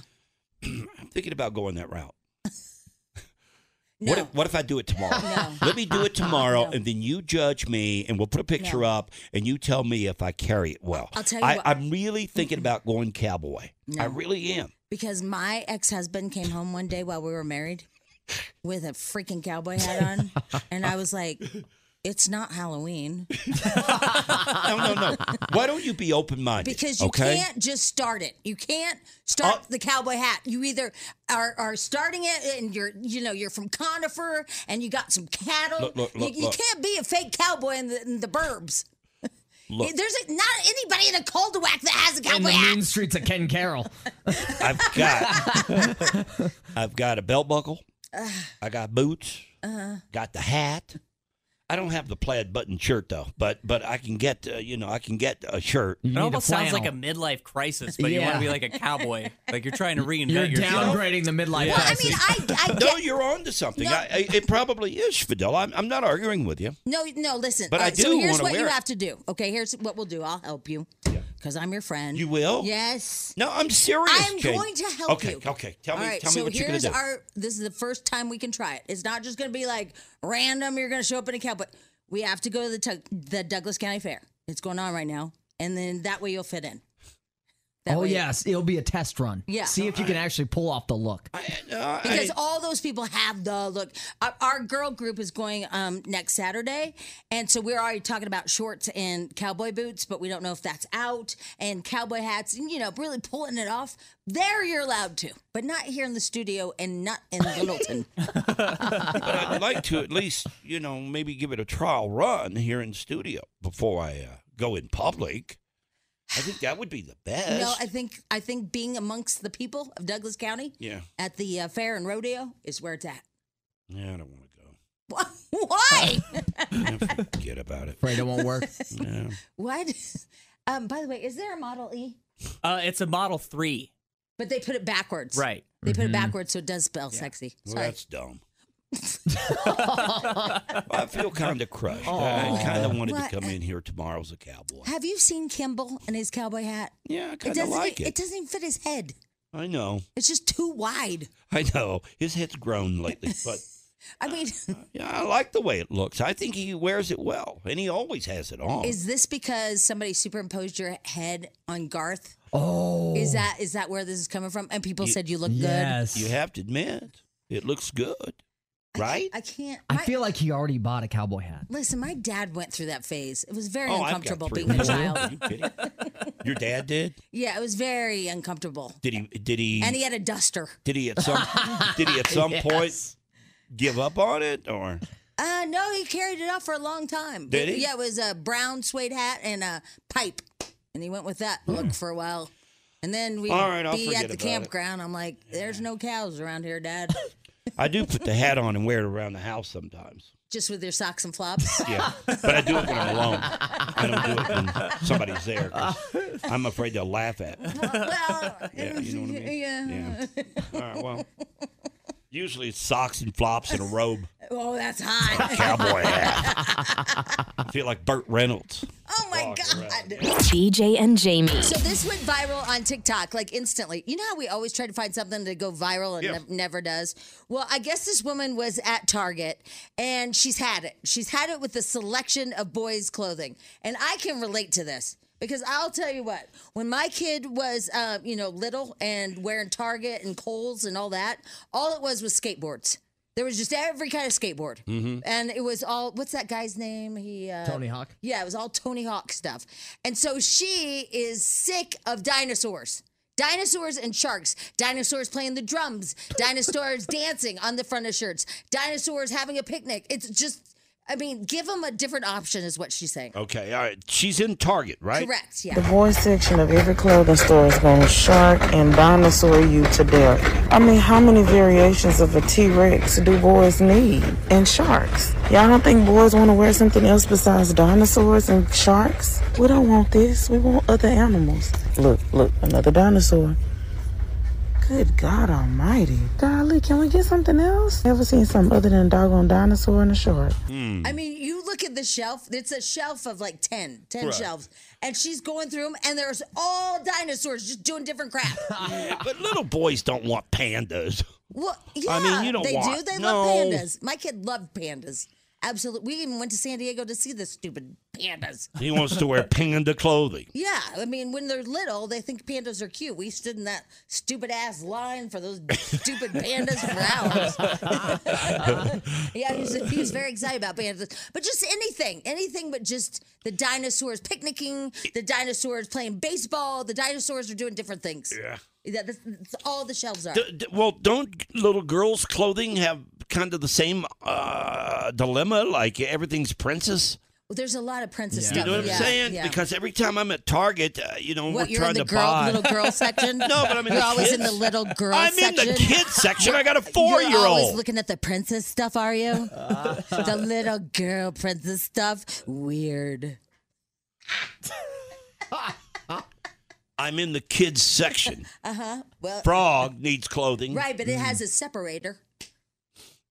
D: I'm thinking about going that route. What, if, what if I do it tomorrow?
F: No.
D: Let me do it tomorrow, and then you judge me, and we'll put a picture
F: No.
D: up, and you tell me if I carry it well.
F: I'll tell you
D: I,
F: what-
D: I'm really thinking about going cowboy. I
F: No.
D: really am.
F: Because my ex husband came home one day while we were married with a freaking cowboy hat on. And I was like, it's not Halloween.
D: No, no, no. Why don't you be open minded?
F: Because you
D: okay? Uh,
F: can't just start it. You can't start the cowboy hat. You either are, are starting it and you're, you know, you're from conifer and you got some cattle.
D: Look, look,
F: You-
D: look,
F: you
D: look.
F: can't be a fake cowboy in the, in the burbs.
D: Look,
F: There's a, not anybody in a Coldwack that has a
G: In
F: cowboy
G: the
F: hat.
G: mean streets of Ken Carroll.
D: I've got, I've got a belt buckle.
F: Ugh.
D: I got boots.
F: Uh,
D: Got the hat. I don't have the plaid button shirt though, but but I can get uh, you know I can get a shirt.
H: It almost sounds like a midlife crisis, but you want
D: Yeah.
H: to be like a cowboy. Like you're trying to reinvent
G: You're
H: yourself.
G: downgrading the midlife.
D: Well, I mean,
F: I, I
D: no, you're on to something. I, I, it probably is, Fidel. I'm, I'm not arguing with you.
F: No, no, listen. uh,
D: But I do
F: So here's
D: wanna
F: what
D: wear
F: you
D: it.
F: have to do. Okay, here's what we'll do. I'll help you because I'm your friend.
D: You will?
F: Yes.
D: No, I'm serious.
F: I'm
D: Jane.
F: going to help
D: okay,
F: you.
D: Okay, Tell me,
F: All right,
D: tell
F: so
D: me what you're gonna
F: here's
D: do.
F: our. This is the first time we can try it. It's not just going to be like random. You're going to show up in a cowboy. We have to go to the Tug the Douglas County Fair. It's going on right now, and then that way you'll fit in.
G: oh yes, it'll be a test run.
F: Yeah.
G: See if you can actually pull off the look.
F: because all those people have the look. Our, our girl group is going um, next Saturday, and so we're already talking about shorts and cowboy boots, but we don't know if that's out and cowboy hats and you know really pulling it off. There you're allowed to, but not here in the studio and not in Littleton.
D: but I'd like to at least you know maybe give it a trial run here in studio before I uh, go in public. I think that would be the best.
F: no, I think I think being amongst the people of Douglas County
D: yeah,
F: at the uh, fair and rodeo is where it's at.
D: yeah, I don't want
F: Why?
D: to forget about it.
G: Afraid it won't work.
D: yeah.
F: what? Um, by the way, is there a Model E?
H: Uh, it's a Model 3.
F: But they put it backwards.
H: Right.
F: They put
H: Mhm.
F: it backwards, so it does spell sexy.
D: Well,
F: Sorry.
D: that's dumb. I feel kind of crushed.
P: Aw.
D: I kind of wanted
F: What?
D: to come in here tomorrow as a cowboy.
F: Have you seen Kimball and his cowboy hat?
D: Yeah, I
F: It
D: kinda
F: doesn't- e,
D: like it.
F: It doesn't even fit his head.
D: I know.
F: It's just too wide.
D: I know. His head's grown lately, but
F: I mean,
D: yeah, I like the way it looks. I think he wears it well, and he always has it on.
F: is this because somebody superimposed your head on Garth?
G: Oh,
F: Is that is that where this is coming from? And people said you look
D: You have to admit, it looks good, right?
F: good. I can't.
G: I
F: My,
G: feel like he already bought a cowboy hat.
F: listen, my dad went through that phase. It was very
D: Oh, I've got
F: uncomfortable
D: three
F: being a
D: of them.
F: child.
D: Are you kidding? Your dad did?
F: Yeah, it was very uncomfortable.
D: Did he? Did he?
F: And he had a duster.
D: did he at some? did he at some
F: Yes.
D: point give up on it, or?
F: Uh, no, he carried it off for a long time.
D: Did he?
F: Yeah, it was a brown suede hat and a pipe, and he went with that look for a while. And then we
D: Hmm. All right, I'll
F: be
D: forget
F: at the
D: about it.
F: campground. I'm like, there's no cows around here, Dad.
D: I do put the hat on and wear it around the house sometimes.
F: Just with your socks and flops.
D: Yeah, but I do it when I'm alone. I don't do it when somebody's there. 'cause I'm afraid they'll laugh at. Me. yeah, you know what I mean.
F: Yeah.
D: All right, well, usually it's socks and flops and a robe,
F: Oh, that's hot.
D: cowboy hat. I feel like Burt Reynolds.
F: Oh my God.
I: BJ and Jamie.
F: So this went viral on TikTok like instantly. You know how we always try to find something to go viral and
I: Yeah.
F: nev- never does. Well, I guess this woman was at Target and she's had it. She's had it with the selection of boys' clothing, and I can relate to this because I'll tell you what. When my kid was, uh, you know, little and wearing Target and Kohl's and all that, all it was was skateboards. There was just every kind of skateboard.
G: Mhm.
F: And it was all what's that guy's name? He uh,
G: Tony Hawk?
F: Yeah, it was all Tony Hawk stuff. And so she is sick of dinosaurs. Dinosaurs and sharks, dinosaurs playing the drums, dinosaurs dancing on the front of shirts, dinosaurs having a picnic. It's just I mean, give them a different option, is what she's saying.
D: Okay, all right. She's in Target, right?
F: Correct. Yeah.
T: The boys section of every clothing store is going to shark and dinosaur you to death. I mean, how many variations of a T Rex do boys need? And sharks. Y'all don't think boys want to wear something else besides dinosaurs and sharks? We don't want this. We want other animals. Look, look, another dinosaur. Good God Almighty. Golly, can we get something else? Never seen something other than a doggone dinosaur and a shark.
F: I mean, you look at the shelf, it's a shelf of like 10, 10
T: Right.
F: shelves. And she's going through them, and there's all dinosaurs just doing different crap.
D: but little boys don't want pandas.
F: Well, yeah,
D: I mean, you don't
F: they
D: want-
F: do. They
D: no.
F: love pandas. My kid loved pandas. Absolutely. We even went to San Diego to see the stupid pandas.
D: He wants to wear panda clothing.
F: Yeah, I mean, when they're little, they think pandas are cute. We stood in that stupid ass line for those stupid pandas for hours. yeah, he was, he was very excited about pandas, but just anything, anything but just the dinosaurs picnicking, the dinosaurs playing baseball, the dinosaurs are doing different things.
D: Yeah.
F: That- that's, that's all the shelves are.
D: D- d- well, don't little girls' clothing have kind of the same uh, dilemma? Like everything's princess.
F: Well, There's a lot of princess
D: You
F: stuff.
D: know what I'm
F: yeah,
D: saying?
F: yeah.
D: Because every time I'm at Target, uh, you know,
F: What,
D: we're
F: you're in
D: trying
F: the
D: to
F: girl,
D: buy.
F: little girl section?
D: No, but I mean,
F: You're
D: the
F: always in
D: kids-
F: the little girl
D: I'm in
F: section.
D: the kids section. I got a
F: You're always
D: four-year-old.
F: looking at the princess stuff, are you? the little girl princess stuff. Weird.
D: I'm in the kids section.
F: Uh huh. Well,
D: Frog needs clothing.
F: right, but it has
D: Mm.
F: a separator.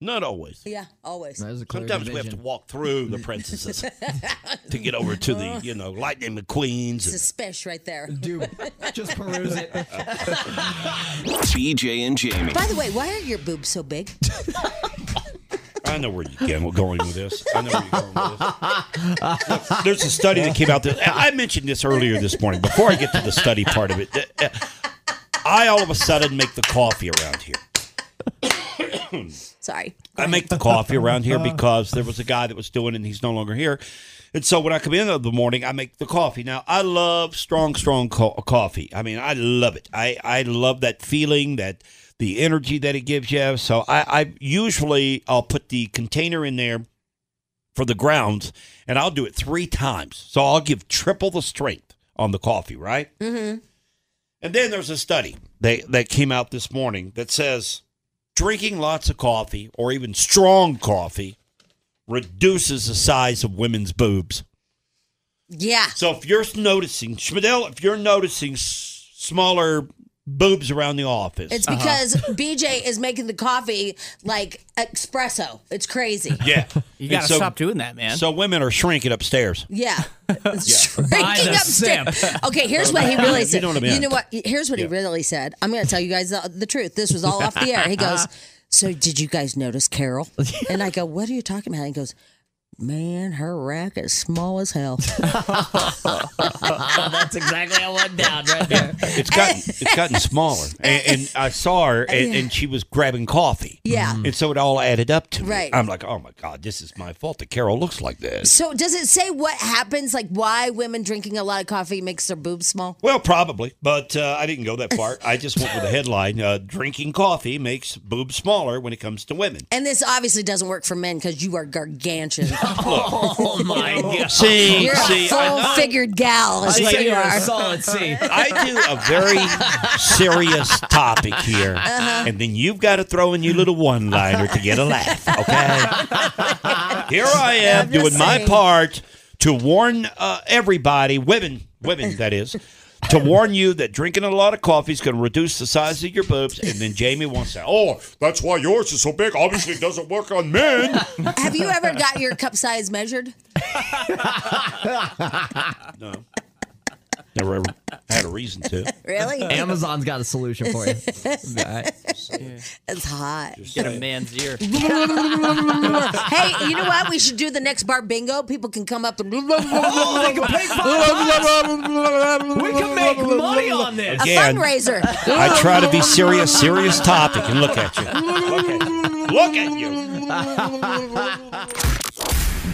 D: Not always.
F: Yeah, always.
D: Sometimes we have to walk through the princesses to get over to the, you know, Lightning McQueens. and-
F: Suspish right there.
G: Dude, just peruse it.
B: BJ and Jamie.
F: By the way, why are your boobs so big?
D: I know where you're going- going with this. I know where you're going with this. Look, there's a study that came out. That, I mentioned this earlier this morning. Before I get to the study part of it, uh, uh, I all of a sudden make the coffee around here.
F: Sorry.
D: I make the coffee around here because there was a guy that was doing it and he's no longer here. And so when I come in in the morning, I make the coffee. Now, I love strong, strong co- coffee. I mean, I love it. I, I love that feeling, that the energy that it gives you. So I, I usually I'll put the container in there for the grounds and I'll do it three times. So I'll give triple the strength on the coffee, right?
P: Mm-hmm.
D: And then there's a study they, that came out this morning that says drinking lots of coffee or even strong coffee reduces the size of women's boobs.
F: Yeah.
D: So if you're noticing, Schmidel, if you're noticing s- smaller boobs around the office,
H: Uh-huh.
F: It's because BJ is making the coffee like espresso. It's crazy.
D: yeah,
H: You
D: And
H: gotta
D: so-
H: stop doing that, man.
D: So women are shrinking upstairs.
F: Yeah.
H: By
F: Drinking
H: the
F: upstairs.
H: simp.
F: Okay, here's what he really said.
D: You know what I mean.
F: what? Here's what he really said. I'm going to tell you guys the, the truth. This was all off the air. He goes,
E: Uh-huh.
F: "So did you guys notice Carol?" And I go, "What are you talking about?" And he goes, "Man, her rack is small as hell."
E: That's exactly how it went down right there.
D: It's gotten it's gotten smaller, and, and I saw her, and, and she was grabbing coffee.
F: Yeah.
D: and so it all added up to me.
F: Right.
D: I'm like, oh my god, this is my fault that Carol looks like this.
F: so does it say what happens? Like why women drinking a lot of coffee makes their boobs small?
D: Well, probably, but uh, I didn't go that far. I just went with the headline: uh, "Drinking coffee makes boobs smaller when it comes to women."
F: And this obviously doesn't work for men because you are gargantuan.
D: Oh my god! See,
F: You're
D: see,
F: a
D: I know.
F: full-figured gal. Is what you are.
D: I do a very serious topic here,
F: Uh-huh.
D: and then you've got to throw in your little one-liner to get a laugh. Okay? Here I am
P: I'm just
D: doing my
P: saying.
D: part to warn uh, everybody, women, women, that is. To warn you that drinking a lot of coffee is going to reduce the size of your boobs, and then Jamie wants to. Oh, that's why yours is so big. Obviously, it doesn't work on men.
F: Have you ever got your cup size measured?
D: no, never ever had a reason to.
F: Really?
G: Amazon's got a solution for you.
F: It's hot.
H: Get a man's ear.
F: hey, you know what? We should do the next bar bingo. People can come up and.
P: Oh, they can pay five bucks. We can make money on this.
F: A
D: Again,
F: fundraiser.
D: I try to be serious, serious topic, and look at you. Look at